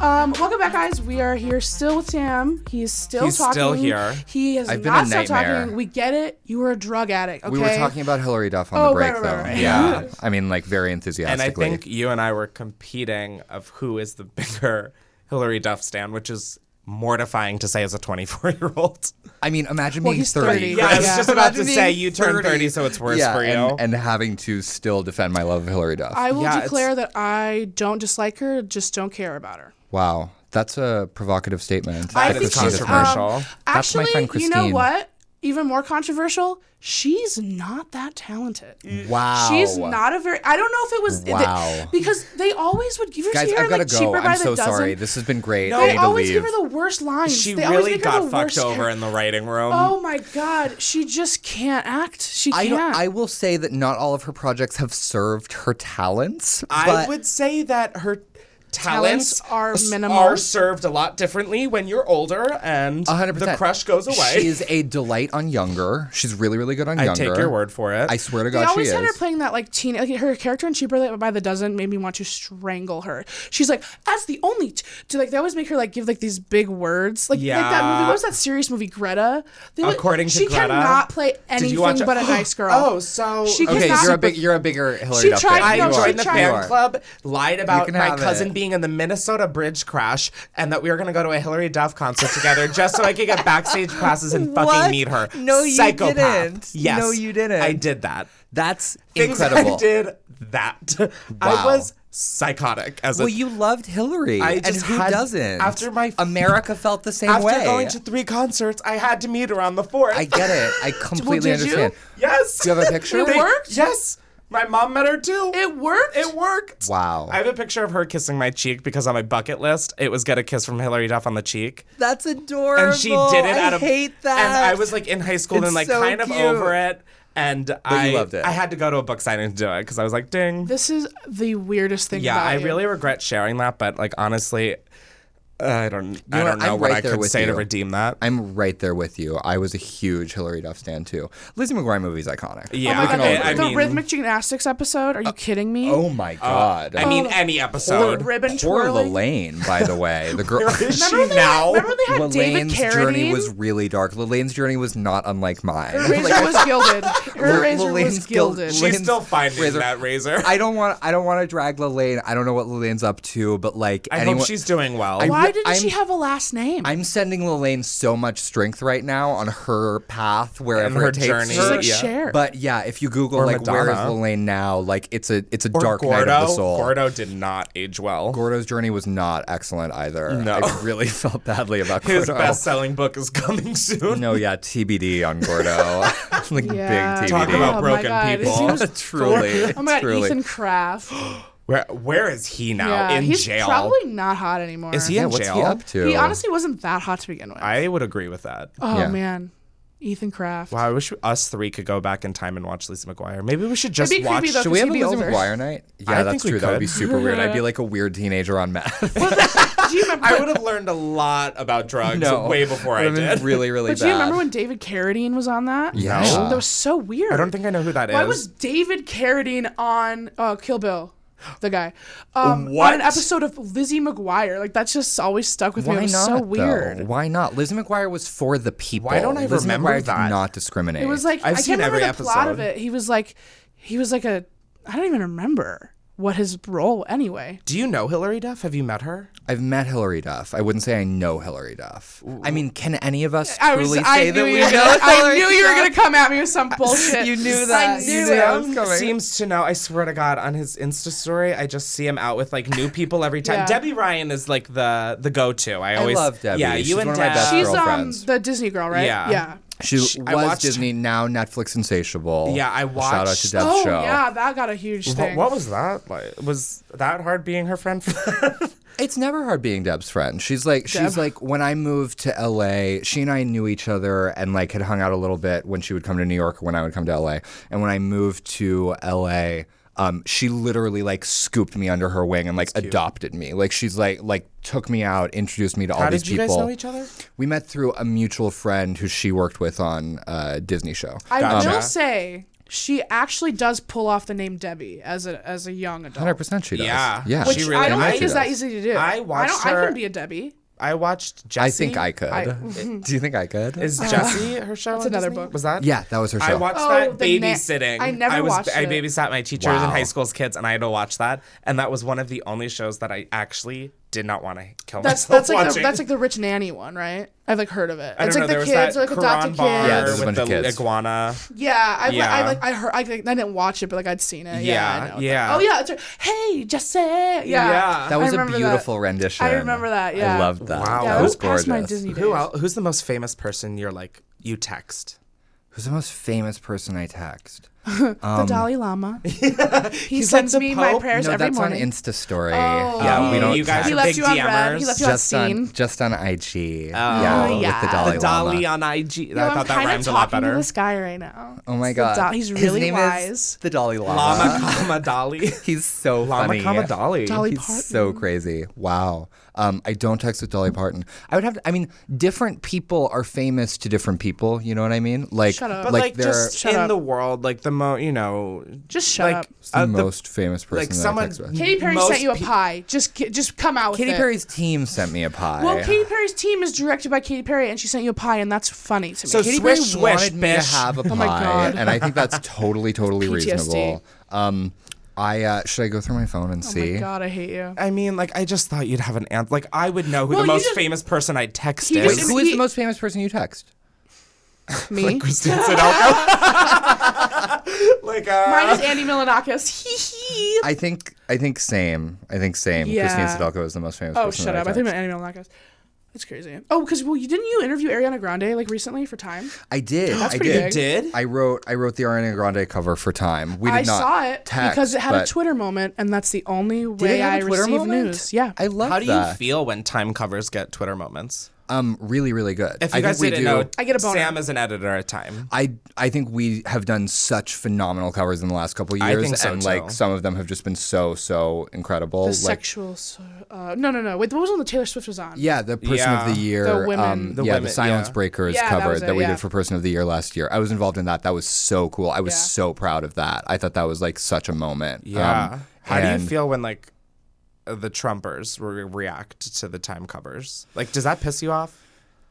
Um, welcome back, guys. We are here still with Sam. He is still He's talking. still here. He has I've been not a stopped nightmare. talking. We get it. You were a drug addict. Okay. We were talking about Hillary Duff on Oh, the break, right, right, though. right, right. Yeah. I mean, like, very and I enthusiastically. think you and I were competing of who is the bigger Hillary Duff stand, which is mortifying to say as a 24 year old. I mean, imagine Well, being he's 30. 30. Yeah, I was Yeah. just about to Imagine say being you turned 30, so it's worse yeah, for you. And, and having to still defend my love of Hillary Duff. I will Yeah, it's- declare that I don't dislike her. Just don't care about her. wow. That's a provocative statement. I That think is she's, um, controversial. That's my Actually, friend you know Christine. what? Even more controversial, she's not that talented. Mm. Wow. She's not a very. I don't know if it was Wow. because they always would give her. Guys, to her, I've got to like, cheaper go. by I'm the so dozen. sorry. This has been great. I They need to always leave. give her the worst lines. she They always really make her the got fucked worst over character. in the writing room. Oh my god, she just can't act. She I, can't. don't- I will say that not all of her projects have served her talents. I but would say that her talents, Talents are s- minimal. Are served a lot differently when you're older and 100%. the crush goes away. She is a delight on younger. She's really, really good on I younger. take your word for it. I swear to they God, she always is. had her playing that like teen. Like her character in Cheaper by the Dozen made me want to strangle her. She's like, that's the only. T-. to, like they always make her like give like these big words. Like, like that Yeah. movie. What was that serious movie? Greta. They would- According to she Greta? cannot play Did anything you watch but a nice girl. Oh, so She okay. He's okay, not you're a super- big, you're a bigger Hillary She Duff tried- fan. I no, You she are. joined the tried- You fan are. club, lied about can my have cousin it. being in the Minnesota bridge crash, and that we were going to go to a Hillary Duff concert together just so I could get backstage passes and fucking What? meet her. No, you Psychopath. didn't. Yes. No, you didn't. I did that. That's Things incredible. I did that. Wow. I was psychotic as a Well, you loved Hillary, I and just who had- doesn't? after my- America felt the same After way. going to three concerts, I had to meet her on the fourth. I get it. I completely did you? understand. yes. Do you have a picture? It worked? Yes. My mom met her too. It worked? It worked. Wow. I have a picture of her kissing my cheek because on my bucket list, it was get a kiss from Hillary Duff on the cheek. That's adorable. And she did it I out of hate that. And I was like in high school It's and like so kind of cute. over it. And I loved it. I had to go to a book signing to do it because I was like, ding. This is the weirdest thing. yeah, about I you. really regret sharing that, but like honestly, uh, I don't I don't know what? know I'm what right I there could with say to you. redeem that. I'm right there with you. I was a huge Hillary Duff stan too. Lizzie McGuire movie's iconic. yeah, Oh my I- god, the, I, the mean, Uh, rhythmic gymnastics episode. Are you kidding me? Oh my god. I mean any episode. Blue ribbon poor twirling. Lelaine, by the way, the girl. Where is Remember when she they had- now? remember when they had David Lelaine's journey Carradine? was really dark. Lelaine's journey was not unlike mine. Her razor was gilded. Her razor was Lelaine's guild- gilded. She's Lynn's still finding razor. that razor. I don't want. I don't want to drag Lelaine. I don't know what Lelaine's up to, but like I anyone, hope she's doing well. Why I- didn't I'm- she have a last name? I'm sending Lelaine so much strength right now on her path wherever And her it takes journey. her. She's like yeah. Cher. But yeah, if you Google Or like where is Madonna. Lelaine now, like it's a it's a Or dark Gordo. night of the soul. Gordo did not age well. Gordo's journey was not excellent either. No. I really felt badly about His Gordo. best-selling book is coming soon. No, yeah, TBD on Gordo. like Yeah. big TBD. Talk about Oh my broken God, people. is he just- truly. oh my god, truly. Ethan Kraft. Where where is he now? yeah, in he's jail. probably not hot anymore. Is he Yeah, in what's jail? he up to? He honestly wasn't that hot to begin with. I would agree with that. oh Yeah. man, Ethan Kraft. Wow, I wish us three could go back in time and watch Lisa McGuire. Maybe we should just It'd be watch. creepy, though. Should we have a He'd be Lizzie older. McGuire night? Yeah, think that's we true. That would could. be super weird. I'd be like a weird teenager on meth. do you remember? I would have learned a lot about drugs way before I Would've been did. Really, really but bad. do you remember when David Carradine was on that? Yeah. that was so weird. I don't think I know who that is. Why was David Carradine on uh, Kill Bill? The guy. Um, What? On an episode of Lizzie McGuire. Like, that's just always stuck with me. Why It was not? so though? weird. Why not? Lizzie McGuire was for the people. Why don't I Lizzie remember McGuire did that? not discriminate. It was like I've I seen can't remember every the plot of episode. it. He was like, he was like a, I don't even remember what his role anyway. Do you know Hillary Duff? Have you met her? I've met Hillary Duff. I wouldn't say I know Hillary Duff. I mean, can any of us I was, truly I say knew, that we you, were know gonna, I Hillary knew you were Duff? gonna come at me with some bullshit. You knew that. I You knew knew it. that. was coming. seems to know. I swear to God, on his Insta story, I just see him out with like new people every time. Yeah. Debbie Ryan is like the the go to. I always love Debbie. Yeah, She's you and one of my Deb- best She's um Girlfriends. the Disney girl, right? Yeah. Yeah. She Sh- I was watched- Disney now Netflix Insatiable. Yeah, I Shout out to watched- Deb's Oh show. yeah, that got a huge What, thing. what was that like? Was that hard being her friend? It's never hard being Deb's friend. She's like she's like when I moved to LA, she and I knew each other and like had hung out a little bit when she would come to New York or when I would come to LA. And when I moved to LA, um, she literally like scooped me under her wing and like adopted me. Like she's like like took me out, introduced me to all How these did you guys people. know each other? We met through a mutual friend who she worked with on uh, Disney show. I Gotcha. will say she actually does pull off the name Debbie as a as a young adult. Hundred percent, she does. Yeah. yeah. Which Which really I don't does. think is that easy to do. I watched don't, I her- can be a Debbie. I watched Jesse. I think I could. I- Do you think I could? Is Jesse her show? That's another book. Was that? yeah, that was her show. I watched Oh, that the na- babysitting. I never was, watched I it. babysat my teachers in Wow. high school's kids, and I had to watch that. And that was one of the only shows that I actually did not want to kill That's myself that's like the, watching. that's like the rich nanny one, right? I've like heard of it. I it's don't like know, the there kids was that like adopted Quran bar kids. Yeah, there's a with bunch the of kids. iguana. Yeah, I've Like, I Yeah. like I heard I, like, I didn't watch it, but like I'd seen it. Yeah, Yeah, I know. yeah. Oh yeah, that's right. Hey, Jesse. Yeah, Yeah. that I was a remember beautiful rendition. I remember that, yeah. I loved that. Wow. Yeah, That that was was past my Disney days. Who el Who's the most famous person you're like you text? Who's the most famous person I text? the Dalai Lama. he Um, like sends the me my Pope? prayers no, every that's morning. on Insta story. Oh. yeah, we Oh, don't. you guys text. he are left big you on red. DMers. He left you just on scene. on just on IG. Oh, yeah. yeah, with the Dalai the Dolly Lama. on IG. Yo, I I'm thought that kinda rhymes a lot talking to better. This guy right now. Oh my It's the god, Dal- he's His really name is wise. the Dalai Lama. Llama, comma, Dolly. He's so Llama, funny. comma, Dolly. Dolly He's Parton. so crazy. Wow. Um, I don't text with Dolly Parton. I would have. To, I mean, different people are famous to different people. You know what I mean? Like, Shut up. But like, like, they're just Shut in up. the world, like the mo, you know, Just shut like, up. the uh, the- most famous person. like that I someone. text with. Katy Perry most sent you a pe- pie. Just ki- just come out with Katy it. Perry's team sent me a pie. Well, Katy Perry's team is directed by Katy Perry, and she sent you a pie, and that's funny to me. So- Katy Perry Swish, swish, wanted me to bish. have a my pie, God. and I think that's totally, totally PTSD. reasonable. Um, I uh, should I go through my phone and oh see? my god, I hate you. I mean, like I just thought you'd have an answer. Like I would know who Well, the you most just- famous person I texted. He Wait, just- who is he- the most famous person you text? Me. Kristen Sudelko. like uh, Mine is Andy Milanakis. Hee hee. I think I think same. I think same. Christine Yeah. Sadalko is the most famous. Oh, person shut that up! I, I text. think about Andy Milanakis. That's crazy. Oh, because well, you didn't you interview Ariana Grande like recently for Time? I did. I pretty did. big. did. I wrote I wrote the Ariana Grande cover for Time. We did I not saw it text, because it had a but- Twitter moment, and that's the only Did way it have I a Twitter receive moment? news. Yeah, I love How do you that. feel when time covers get Twitter moments? um, really, really good. If I you think guys we didn't do. Um, know, I get a boner. Sam is an editor at Time. I I think we have done such phenomenal covers in the last couple I years, think so, and too. like some of them have just been so so incredible. the like sexual. so- Uh, no, no, no. Wait, what was on the Taylor Swift was on? yeah, the person Yeah. of the year, The women- um, The yeah, women, the Silence yeah. Breakers Yeah, that cover was it, that, we yeah. did for person of the year last year. I was involved in that. That was so cool. I was Yeah. so proud of that. I thought that was like such a moment. Yeah. Um, How do you and- feel when like the Trumpers re- react to the time covers? Like, does that piss you off?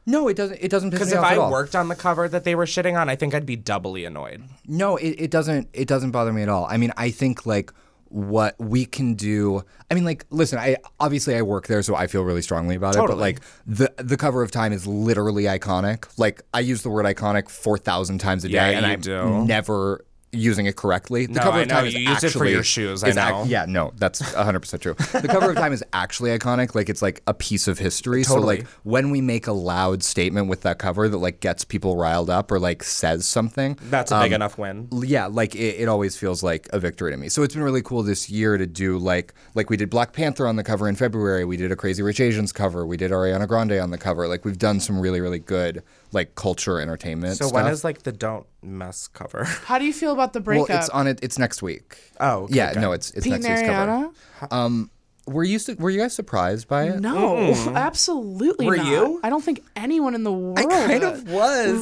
No, it doesn't. It doesn't piss Because me if off at I all. worked on the cover that they were shitting on, I think I'd be doubly annoyed. No, it, it doesn't it doesn't bother me at all. I mean, I think like what we can do I mean like listen, I obviously I work there so I feel really strongly about it, Totally. but like the the cover of Time is literally iconic. Like I use the word iconic 4000 times a day Yeah, and you I'm do. never using it correctly. The No, cover I of Time know. is You used actually it for your shoes, I is ac- know. yeah, no, that's 100% true. The cover of Time is actually iconic, like it's like a piece of history. So Totally. like when we make a loud statement with that cover that like gets people riled up or like says something, um, That's a big enough win. l- yeah, like it, it always feels like a victory to me. So it's been really cool this year to do like like we did Black Panther on the cover in February, we did a Crazy Rich Asians cover, we did Ariana Grande on the cover. Like we've done some really really good like culture entertainment. So stuff. when is like the don't mess cover? How do you feel about the well, breakup? it's on it. It's next week. Oh, okay, yeah, good. no, it's it's Pete and next week's cover. Ariana? Were you su- were you guys surprised by it? No, absolutely Were not. you? I don't think anyone in the world. was.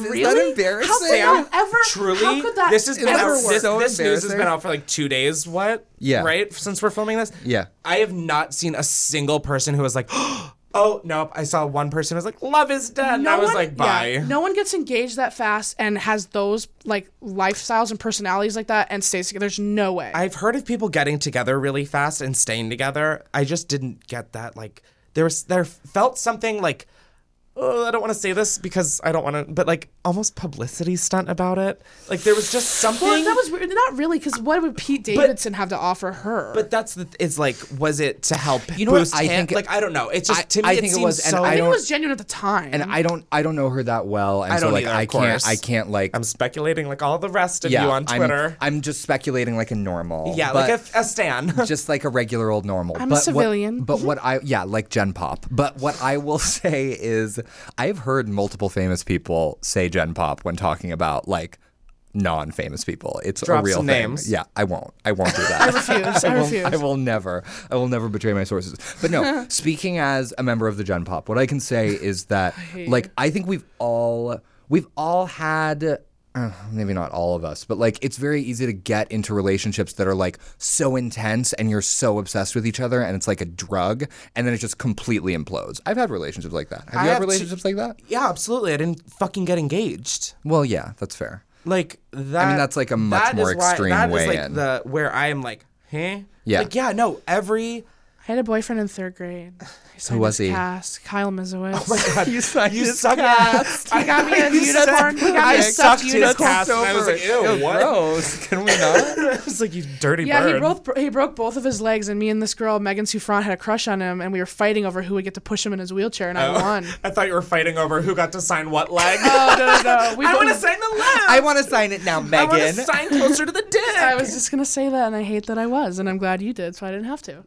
Really? How could Sam, that ever- truly, how could that this has been ever out, work? this, So this news has embarrassing. been out for like two days. What? Yeah. Right. Since we're filming this. Yeah. I have not seen a single person who was like, "Oh nope." I saw one person who was like, "Love is dead," and I was like, "Bye." yeah, no one gets engaged that fast and has those like lifestyles and personalities like that and stays together. There's no way. I've heard of people getting together really fast and staying together. I just didn't get that. Like there was there felt something like. Oh, I don't want to say this because I don't want to, but like almost publicity stunt about it. Like there was just something. well, that was weird. Not really, because what would Pete Davidson have to offer her? But that's the th- it's like was it to help you You know know what? boost I him? think it- like I don't know. It's just I- to me I it think it seems was- and so. I I think it don't- was genuine at the time. And I don't I don't know her that well, and I so don't like either, of I course. can't I can't like I'm speculating like all the rest of yeah, you on I'm- Twitter. I'm, just speculating like a normal. yeah, like but- a, f- a stan. just like a regular old normal. I'm a what- civilian. but what I yeah, like Gen Pop. But what I will say is I've heard multiple famous people say Gen Pop when talking about like non-famous people. It's Drop a real some thing. names. Yeah, I won't. I won't do that. I refuse. I will- refuse. I will never. I will never betray my sources. But no, speaking as a member of the Gen Pop, what I can say is that like I think we've all we've all had uh, maybe not all of us, but like it's very easy to get into relationships that are like so intense and you're so obsessed with each other and it's like a drug and then it just completely implodes. I've had relationships like that. Have you I had have two- relationships like that? Yeah, absolutely. I didn't fucking get engaged. Well, yeah, that's fair. Like that. that's, like, a much that more is why- extreme that is, way like in. the where I am like, huh? Yeah. Like yeah, no. Every I had a boyfriend in third grade. Who was he? Cast, Kyle Mizowitz. you suck. You suck. he got me a unicorn. He got me I a sucked stuffed his unicorn. cast, and I was like, ew, what? Gross. Can we not? I was like, you dirty Yeah, bird. he broke he broke both of his legs, and me and this girl Megan Souffrant had a crush on him, and we were fighting over who would get to push him in his wheelchair, and I won. I thought you were fighting over who got to sign what leg. Oh no no no! We I both- want to sign the leg. I want to sign it now, I want to Megan. sign closer to the dick. I was just gonna say that, and I hate that I was, and I'm glad you did, so I didn't have to.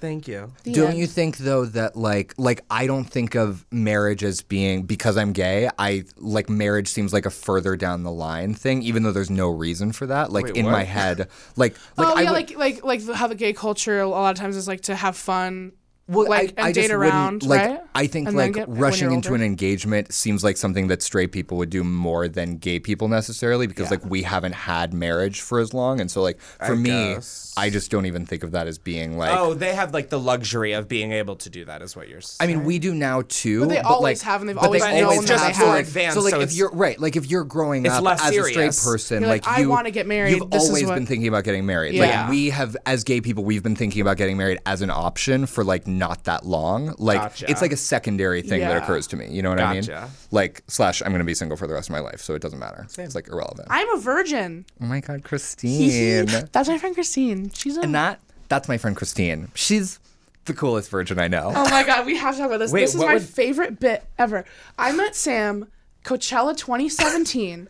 Thank you. The Don't end. you think though that like like I don't think of marriage as being because I'm gay. I like marriage seems like a further down the line thing, even though there's no reason for that. Like in my head, like like oh I yeah, would- like like like the- how the gay culture a lot of times is like to have fun, well, like I, and I just date wouldn't- around, like right? I think And then like get- when rushing you're into an older. engagement seems like something that straight people would do more than gay people necessarily because like we haven't had marriage for as long, and so like for me, guess. I just don't even think of that as being like. Oh, they have like the luxury of being able to do that, is what you're I saying. mean, we do now too. But they always have and they've always known that they so, have. like, Advanced, so like so if it's- you're right, like if you're growing It's up less as a serious. straight person, You're like, like, "I you, wanna get married. You've This is always what-" been thinking about getting married. Yeah. Like we have, as gay people, we've been thinking about getting married as an option for like not that long. Like Gotcha. it's like a secondary thing Yeah. that occurs to me. You know what I mean? Gotcha. Like slash, I'm gonna be single for the rest of my life, so it doesn't matter. It's like irrelevant. I'm a virgin. oh my god, Christine. That's my friend Christine. She's a. and that that's my friend Christine. She's the coolest virgin I know. Oh my god, we have to talk about this. Wait, this is what my would- favorite bit ever. I met Sam Coachella 2017,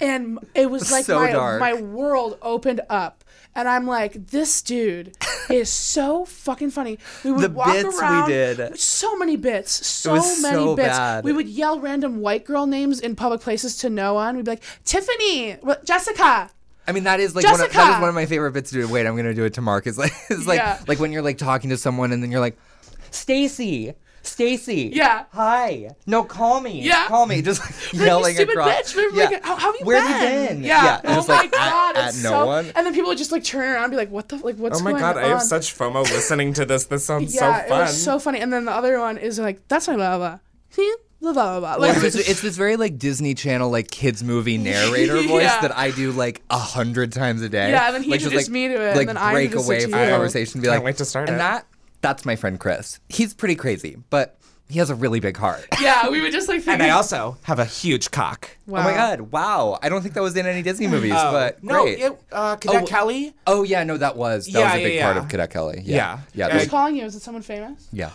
and it was like So my dark. my world opened up. And I'm like, this dude is so fucking funny. We would The walk bits we around. did. So many bits. So was many so bits. bad. We would yell random white girl names in public places to no one. We'd be like, Tiffany, well, Jessica. I mean, that is like one of, that Jessica! is one of my favorite bits to do. Wait, I'm gonna do it to Mark. It's like it's like Yeah. like when you're like talking to someone and then you're like, Stacy, Stacy, Yeah. hi, no, call me, Yeah. call me, just like yelling stupid across. bitch. Remember, like, how, how have you Where been? have you been? Yeah. yeah. and Oh it's, my like, at- god. at, it's no so, one. And then people would just like turn around and be like, "What the like? What's oh my going god, on?" I have such FOMO listening to this. This sounds yeah, so it fun. was so funny. And then the other one is like, "That's my blah blah blah." blah blah blah. Like, it it's, was- it's this very like Disney Channel like kids movie narrator voice Yeah. that I do like a hundred times a day. Yeah, and then he like, just, introduced like- me to it, and Like then I break introduced it away to from you. the conversation, and be Can't like, wait to start and it. that that's my friend Chris. He's pretty crazy, but he has a really big heart. yeah, we would just like. Think and I also have a huge cock. wow. Oh my god! Wow! I don't think that was in any Disney movies, but Oh, no, great. it, uh, Cadet Oh, Kelly. oh yeah, no, that was that Yeah, was a big yeah, part yeah. of Cadet Kelly. Yeah. Yeah, yeah, Yeah. Who's there's- calling you? Is it someone famous? yeah.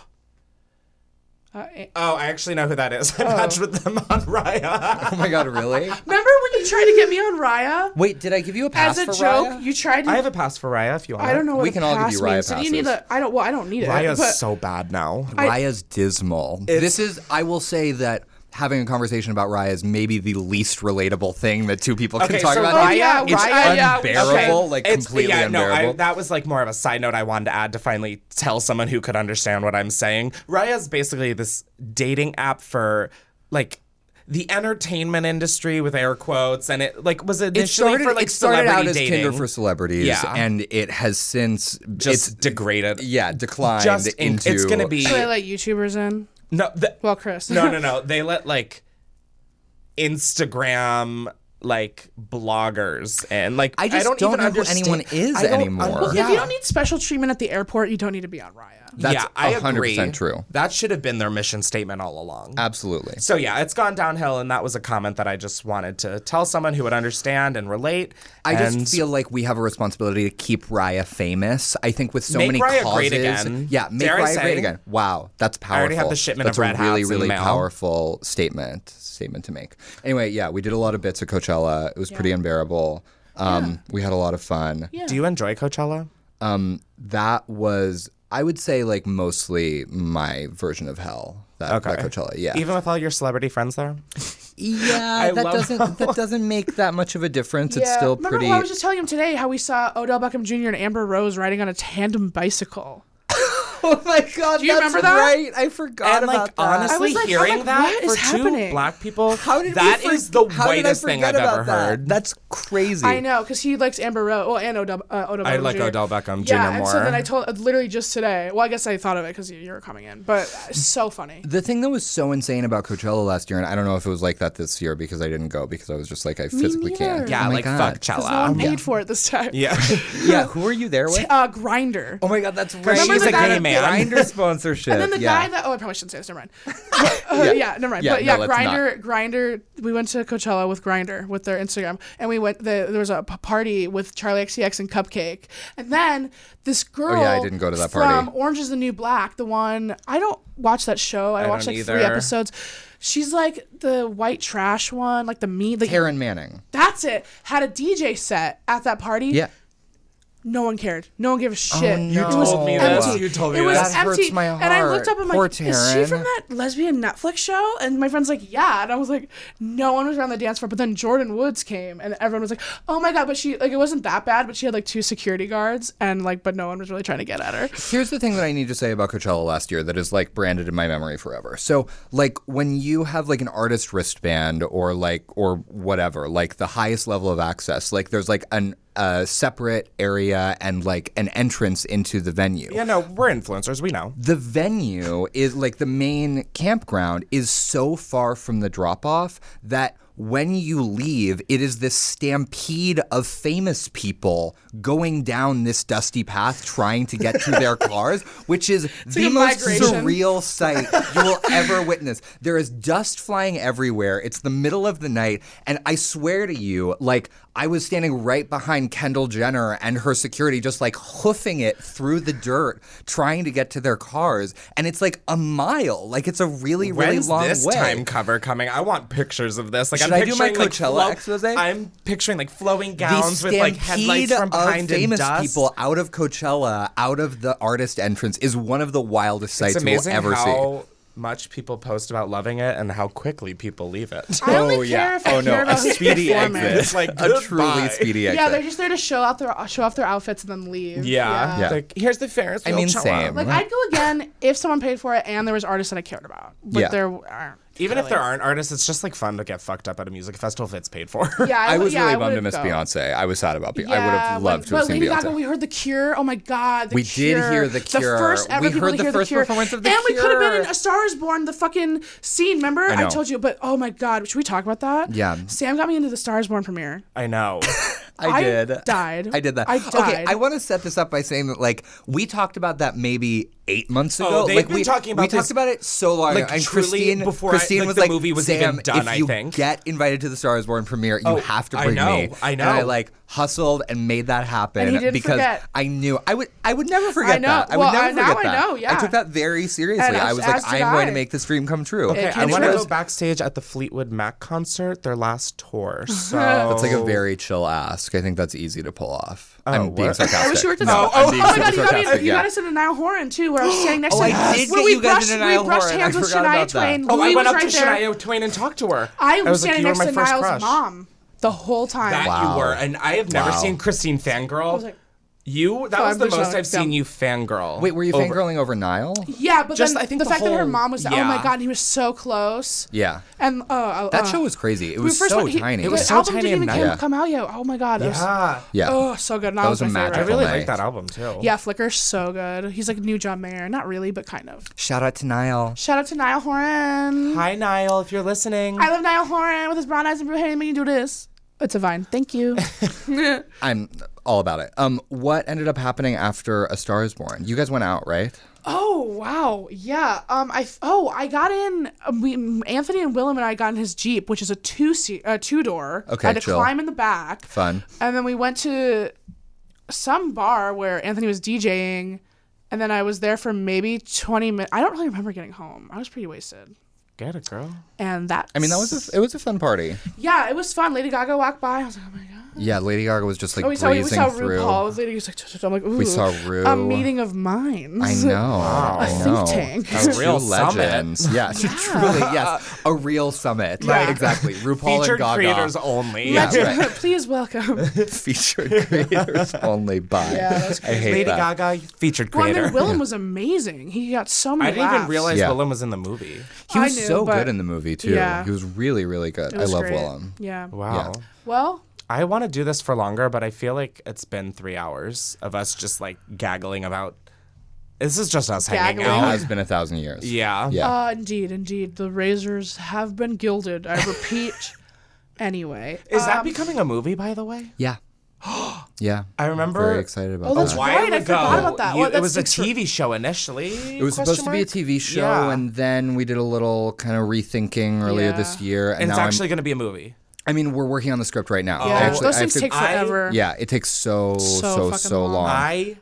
Uh, eh. Oh, I actually know who that is. I matched with them on Raya. Oh my god, really? Remember when you tried to get me on Raya Wait, did I give you a pass as a for joke? Raya? You tried. To, I I, have a pass for Raya if you want. don't know what We a can all give pass you Raya means. So you need passes. a. I don't. Well, I don't need it. Raya's but so bad now. Raya's dismal. This is. I will say that having a conversation about Raya is maybe the least relatable thing that two people Okay, can talk so about. Raya- Oh, yeah, it's Raya, yeah, okay. unbearable, like It's- completely yeah, no, I, unbearable. that was like more of a side note I wanted to add to finally tell someone who could understand what I'm saying. Raya's basically this dating app for like the entertainment industry with air quotes, and it like was initially it started, for like it started out celebrity as dating. Tinder for celebrities, Yeah. and it has since just it's, degraded. yeah declined Just in, into it's gonna be Should I let YouTubers in? no. The, Well, Chris. no, no, no. They let like Instagram like bloggers and like I just don't, don't even know who understand. anyone is I don't anymore. un- If you don't need special treatment at the airport, you don't need to be on Raya. That's yeah, I 100% agree. true. That should have been their mission statement all along. Absolutely. so yeah, it's gone downhill, and that was a comment that I just wanted to tell someone who would understand and relate. I and- just feel like we have a responsibility to keep Raya famous. I think with so Make many Raya causes, great again. yeah, make Dare I Raya say? great again. Wow, that's powerful. already have the shipment that's of red a really, hats in the really mail. powerful statement statement to make. Anyway, yeah, we did a lot of bits at Coachella. It was pretty unbearable. Um, We had a lot of fun. Do you enjoy Coachella? Um, that was, I would say, like mostly my version of hell. That, that Okay. Coachella, yeah. Even with all your celebrity friends there? yeah, that love doesn't that doesn't make that much of a difference. It's Yeah. still Remember, pretty. well, I was just telling him today how we saw Odell Beckham Jr. and Amber Rose riding on a tandem bicycle. Oh my god! Do you that's remember that? Right, I forgot and about like that. I was honestly, like- I'm hearing like, that what is for happening? two black people, how did that we for- is the how did I whitest thing forget I've about ever that? heard. That's crazy. I know, because he likes Amber Rose. Well, and Odell, uh, Odell I Beckham like Jr. Odell Beckham Yeah, Jr. and so then more. I told uh, literally just today. Well, I guess I thought of it because you, you were coming in, but uh, so funny. The thing that was so insane about Coachella last year, and I don't know if it was like that this year because I didn't go because I was just like I physically neither. can't. yeah, Oh my like God. fuck Because no one Chella. paid for it this time. Um, yeah. Yeah, who are you there with? Uh, Grinder. Oh my god, that's right. Remember She's the a guy gay that- man. Grinder sponsorship. And then the Uh, yeah. guy that oh I probably shouldn't say this. Never mind. Uh, yeah. never mind. Yeah, but no, yeah, let's Grinder, Grinder. We went to Coachella with Grinder with their Instagram, and we went. The, there was a p- party with Charlie XCX and Cupcake, and then this girl. Oh, yeah, I didn't go to that party. From Orange Is the New Black, the one I don't watch that show. I, watched don't like three either. episodes. She's like the white trash one, like the mean. Like, Karen Manning. that's it. Had a DJ set at that party. Yeah. No one cared. No one gave a shit. no. It was Oh, told me empty. this. You told me it was this. That empty. hurts my And I looked heart. up and I'm Poor like, is she Taryn." from that lesbian Netflix show? And my friend's like, yeah. And I was like, no one was around the dance floor. But then Jordan Woods came and everyone was like, oh my God. But she, like, it wasn't that bad, but she had like two security guards and like, but no one was really trying to get at her. Here's the thing that I need to say about Coachella last year that is like branded in my memory forever. So, like when you have like an artist wristband or like or whatever, like the highest level of access, like there's like an a separate area and like an entrance into the venue. Yeah, no, we're influencers. We know. the venue is like the main campground is so far from the drop off that when you leave, it is this stampede of famous people going down this dusty path trying to get to their cars, which is the like a most migration. surreal sight you will ever witness. There is dust flying everywhere. It's the middle of the night. And I swear to you, like, I was standing right behind Kendall Jenner and her security, just like hoofing it through the dirt, trying to get to their cars. And it's like a mile. Like, it's a really, really When's long this way. time cover coming? I want pictures of this. Like, Should I'm I do my picturing, like, Coachella flow- expose? I'm picturing like flowing the gowns with stampede like headlights from behind of famous and dust. people out of Coachella, out of the artist entrance, is one of the wildest sights It's you will amazing ever see. how much people post about loving it and how quickly people leave it. I Oh, only care if I care about who's performing. exit. Like, a truly goodbye. speedy exit. Yeah, they're just there to show out their show off their outfits and then leave. yeah. Yeah. Mm-hmm. Like, here's the Ferris I wheel. mean, Chella. same. Like I'd go again if someone paid for it and there was artists that I cared about. But Yeah. there aren't. Even if really. there aren't artists, it's just like fun to get fucked up at a music festival if it's paid for. Yeah, I w- was yeah, really bummed to would've miss gone. Beyonce. I was sad about Beyonce. I would Yeah, have loved when- to have but seen Lady Beyonce. Gaga, we heard The Cure. Oh my God, The We did Cure. hear The Cure. The first ever We people heard to the hear first the Cure. performance of The and we could have been in Cure. A Star Is Born, the fucking scene. Remember, I, know. told you. But oh my God, should we talk about that? Yeah. Sam got me into the Stars Born premiere. I know. I died. I did that. I Okay, died. I want to set this up by saying that like we talked about that maybe eight months ago. Oh, they've like been we talking about we this, talked about it so long. like, ago. and truly Christine, before I- Christine like, was the like, movie was Sam, even done, if I you think." get invited to the Stars Born premiere, you Oh, have to I bring know, me. I And I know. like hustled and made that happen And he didn't because forget. I knew I would. I would never forget know. that. I would Well, never I- now forget I that. know, yeah. I took that very seriously. And I as- was like, as did I'm going I. to make this dream come true. Okay, I Kendrick want to was- go backstage at the Fleetwood Mac concert, their last tour. So that's It's like a very chill ask. I think that's easy to pull off. I'm being Oh, what? sarcastic. I wish you worked at no, the. Oh, I'm being my God, super you got, me, sarcastic, you yeah. got us in a Nile Horan too, where I was standing next Oh, to I him. did Where get we you guys brushed, in a we Niall brushed Horan. I hands with forgot Shania about that. Twain. Oh, Louis I went was up right to there. Shania Twain and talked to her. I was like, standing you were next my to first Niall's crush. mom the whole time. That Wow. you were, and I have never Wow. seen Christine fangirl. like- you that Oh, was I'm the just most not- I've seen yeah. you fangirl. Oh, Wait, were you over- fangirling over Nile? Yeah, but Just, then I think the, the fact that her whole- mom was oh my yeah. god, he was so close. Yeah. And oh, That show was crazy. It was so tiny. He, was the so album tiny didn't even and come, nice. come out yet. Oh my god. it was- Yeah, Yeah. Oh, so good. That was was a my I magical- favorite. really Night. like that album too. Yeah, Flickr's so good. He's like new John Mayer. Not really, but kind of. Shout out to Nile. Shout out to Niall Horan. Hi, Niall, if you're listening. I love Niall Horan with his brown eyes and blue hair. He made me do this. It's a vine. Thank you. I'm all about it. Um, what ended up happening after A Star Is Born? You guys went out, right? Oh wow, yeah. Um, I oh I got in. Um, we, Anthony and Willem and I got in his jeep, which is a two seat, a two door. Okay, I had to chill. climb in the back. Fun. And then we went to some bar where Anthony was DJing, and then I was there for maybe twenty minutes. I don't really remember getting home. I was pretty wasted. Get it, girl. And that. I mean, that was a, it was a fun party. yeah. It was fun. Lady Gaga walked by. I was like, oh my god. Yeah, Lady Gaga was just like Oh, we saw, we breezing saw through. RuPaul. Was leading, he was like, I'm like, ooh, saw a Ru. meeting of minds. I know. A I think know. tank. A real Two summit. legends. Yeah, truly, yes. A real summit. Right. Exactly. RuPaul Featured and Gaga. creators only. Yeah, right. Please welcome. Featured creators only. Bye. Yeah, that's I hate Lady that. Gaga featured Well, and creator. then Willem was amazing. He got so I many. didn't even laughs. realize Yeah. Willem was in the movie. He I was knew, so but good in the movie too. Yeah. He was really, really good. It I was love great. Willem. Yeah. Wow. Yeah. Well, I want to do this for longer, but I feel like it's been three hours of us just like gaggling about. This is just us hanging Gaggling. It out. has been a thousand years. Oh. Yeah. Yeah. uh, indeed, indeed, the razors have been gilded. I repeat. anyway, Is that becoming a movie, by the way? Yeah. yeah. I remember. Very excited about Oh, that. that's right. I forgot about that. you- Well, it that's was a extra- TV show initially. It was supposed question to be a TV show, Yeah. and then we did a little kind of rethinking earlier Yeah. this year. And, And now it's I'm- actually going to be a movie. I mean, we're working on the script right now. yeah, I actually, Oh, those I things have to- take I- forever. Yeah, it takes so so fucking so long. long. I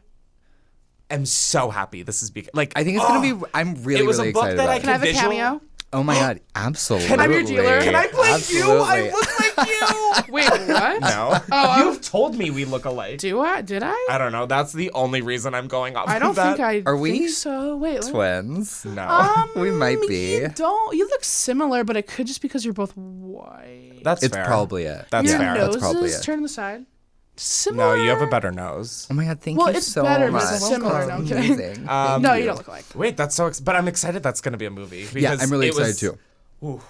am so happy this is because like oh, I think it's gonna be. I'm really it was really a book excited that about I it. Can I have a Visual- cameo? Oh my god, absolutely. I'm your dealer. Can I play you? I Absolutely. look like you. Wait, what? no. Uh, Oh, um, You've told me we look alike. Do I? Did I? I don't know. That's the only reason I'm going off. I don't of that. think I. Ah. Are we think so? Wait. let me- twins? No. we might be. You don't. You look similar, but it could just because you're both white. that's It's fair. probably it. That's Your fair. nose That's probably is it. turned to the side. no, Similar. you have a better nose. oh my god, thank Well, you it's so better, much. Um, but it's similar, no, I'm kidding. Amazing. Um, No, you don't look alike. Wait, that's so. Ex- but I'm excited. That's going to be a movie. Because yeah, I'm really it excited was- too.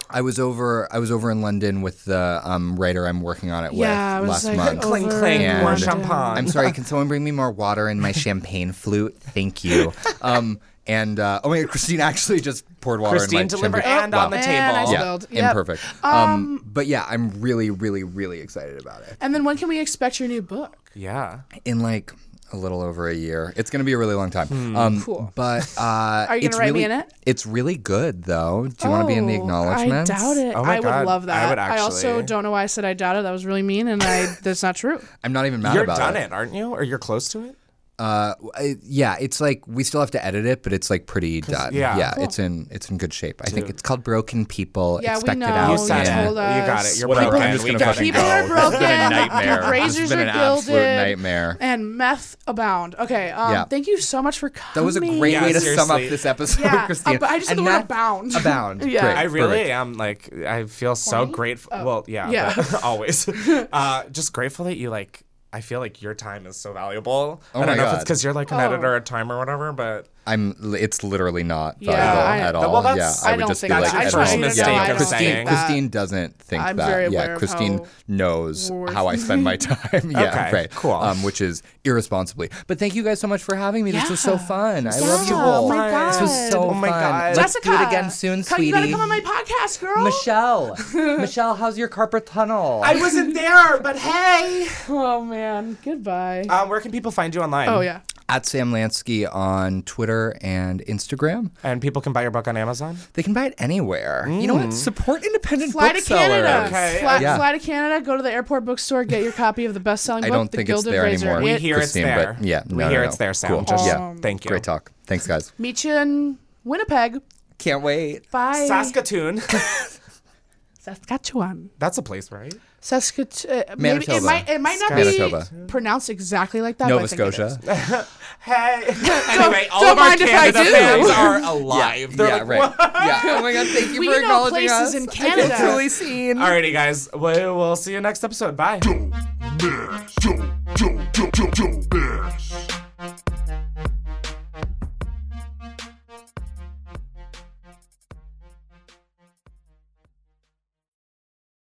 I was over. I was over in London with the um, writer I'm working on it Yeah, I with was like, last oh month. over Cling, cling, and more over. champagne. I'm sorry. Can someone bring me more water in my champagne flute? Thank you. Um, and uh, oh my God, Christine actually just poured water Christine in my delivered champagne. and on the and Oh, I table. spilled. yeah, Yep. imperfect. Um, but yeah, I'm really, really, really excited about it. And then when can we expect your new book? yeah. In like a little over a year, it's gonna be a really long time. Um, Hmm. Cool. But uh, are you gonna write me in it? It's really good though. Do you want to be in the Oh, acknowledgments? Oh I doubt it. my I would God, love that. I would also actually- don't know why I said I doubt it. That was really mean, and I that's not true. I'm not even mad You're about done it. aren't you? Or you're close to it? Uh, I- yeah, it's like we still have to edit it, but it's like pretty done. yeah. Yeah, it's in it's in good shape. I think it's called Broken People. Yeah, we Expected know. Out. You Oh, said yeah. it. You told got us. it. You're Whatever, broken. I'm just We gonna got fucking it. People go. are This broken. has been a nightmare. The razors This has been are an absolute gilded. nightmare. And meth abound. Okay. Um, Yeah. Thank you so much for coming. That was a great Yeah, way to sum up seriously. this episode, Yeah, Christine. ab- I just said And the word that- abound. Abound. Yeah. Great. I I really Perfect. am like I feel so Horny? grateful. Well, yeah, Oh. Yeah. but always. Uh, just grateful that you like. I feel like your time is so valuable. Oh I don't my know if God. it's because you're like an Oh. editor at time or whatever, but I'm. It's literally not Yeah, valuable I- at well, all. that's- yeah, I would don't just think be that's like, actual everyone- mistake yeah, of Christine. saying that. Christine doesn't think I'm that. very yeah, aware of Christine how knows worth- how I spend my time. yeah, Okay, right. cool. Um, which is irresponsibly. But thank you guys so much for having me. This was so Yeah. fun. I love you Yeah, all. oh my This was so Oh my fun. God. Let's Jessica, do it again soon, come- You gotta sweetie. come on my podcast, girl. Michelle, Michelle, how's your carpet tunnel? I wasn't there. But hey, Oh man. Goodbye. um, where can people find you online? oh yeah. At Sam Lansky on Twitter and Instagram. and people can buy your book on Amazon. They can buy it anywhere. You know what? Support independent Mm. Fly to booksellers. Canada. Okay. Fly, Yeah. fly to Canada. Go to the airport bookstore. Get your copy of the best-selling I book, don't The think it's Gilded there Razor. anymore. We It- um, hear Christine, it's there. but yeah, we no, hear no, it's there. Sam. cool. Just Yeah. thank you. Great talk. Thanks, guys. meet you in Winnipeg. Can't wait. Bye. Saskatoon. Saskatchewan. That's a place, right? Saskatchewan. Uh, maybe Manitoba. it might. It might not Manitoba. be pronounced exactly like that. Nova but I think it Scotia. is. Hey. anyway, all don't of our mind if I Canada do. fans are alive. They're yeah, like, right. what? Yeah. Oh my God. Thank you We for know acknowledging places us. in I feel Canada. truly seen. Alrighty, guys. We will see you next episode. Bye. Yo, yo, yo, yo, yo.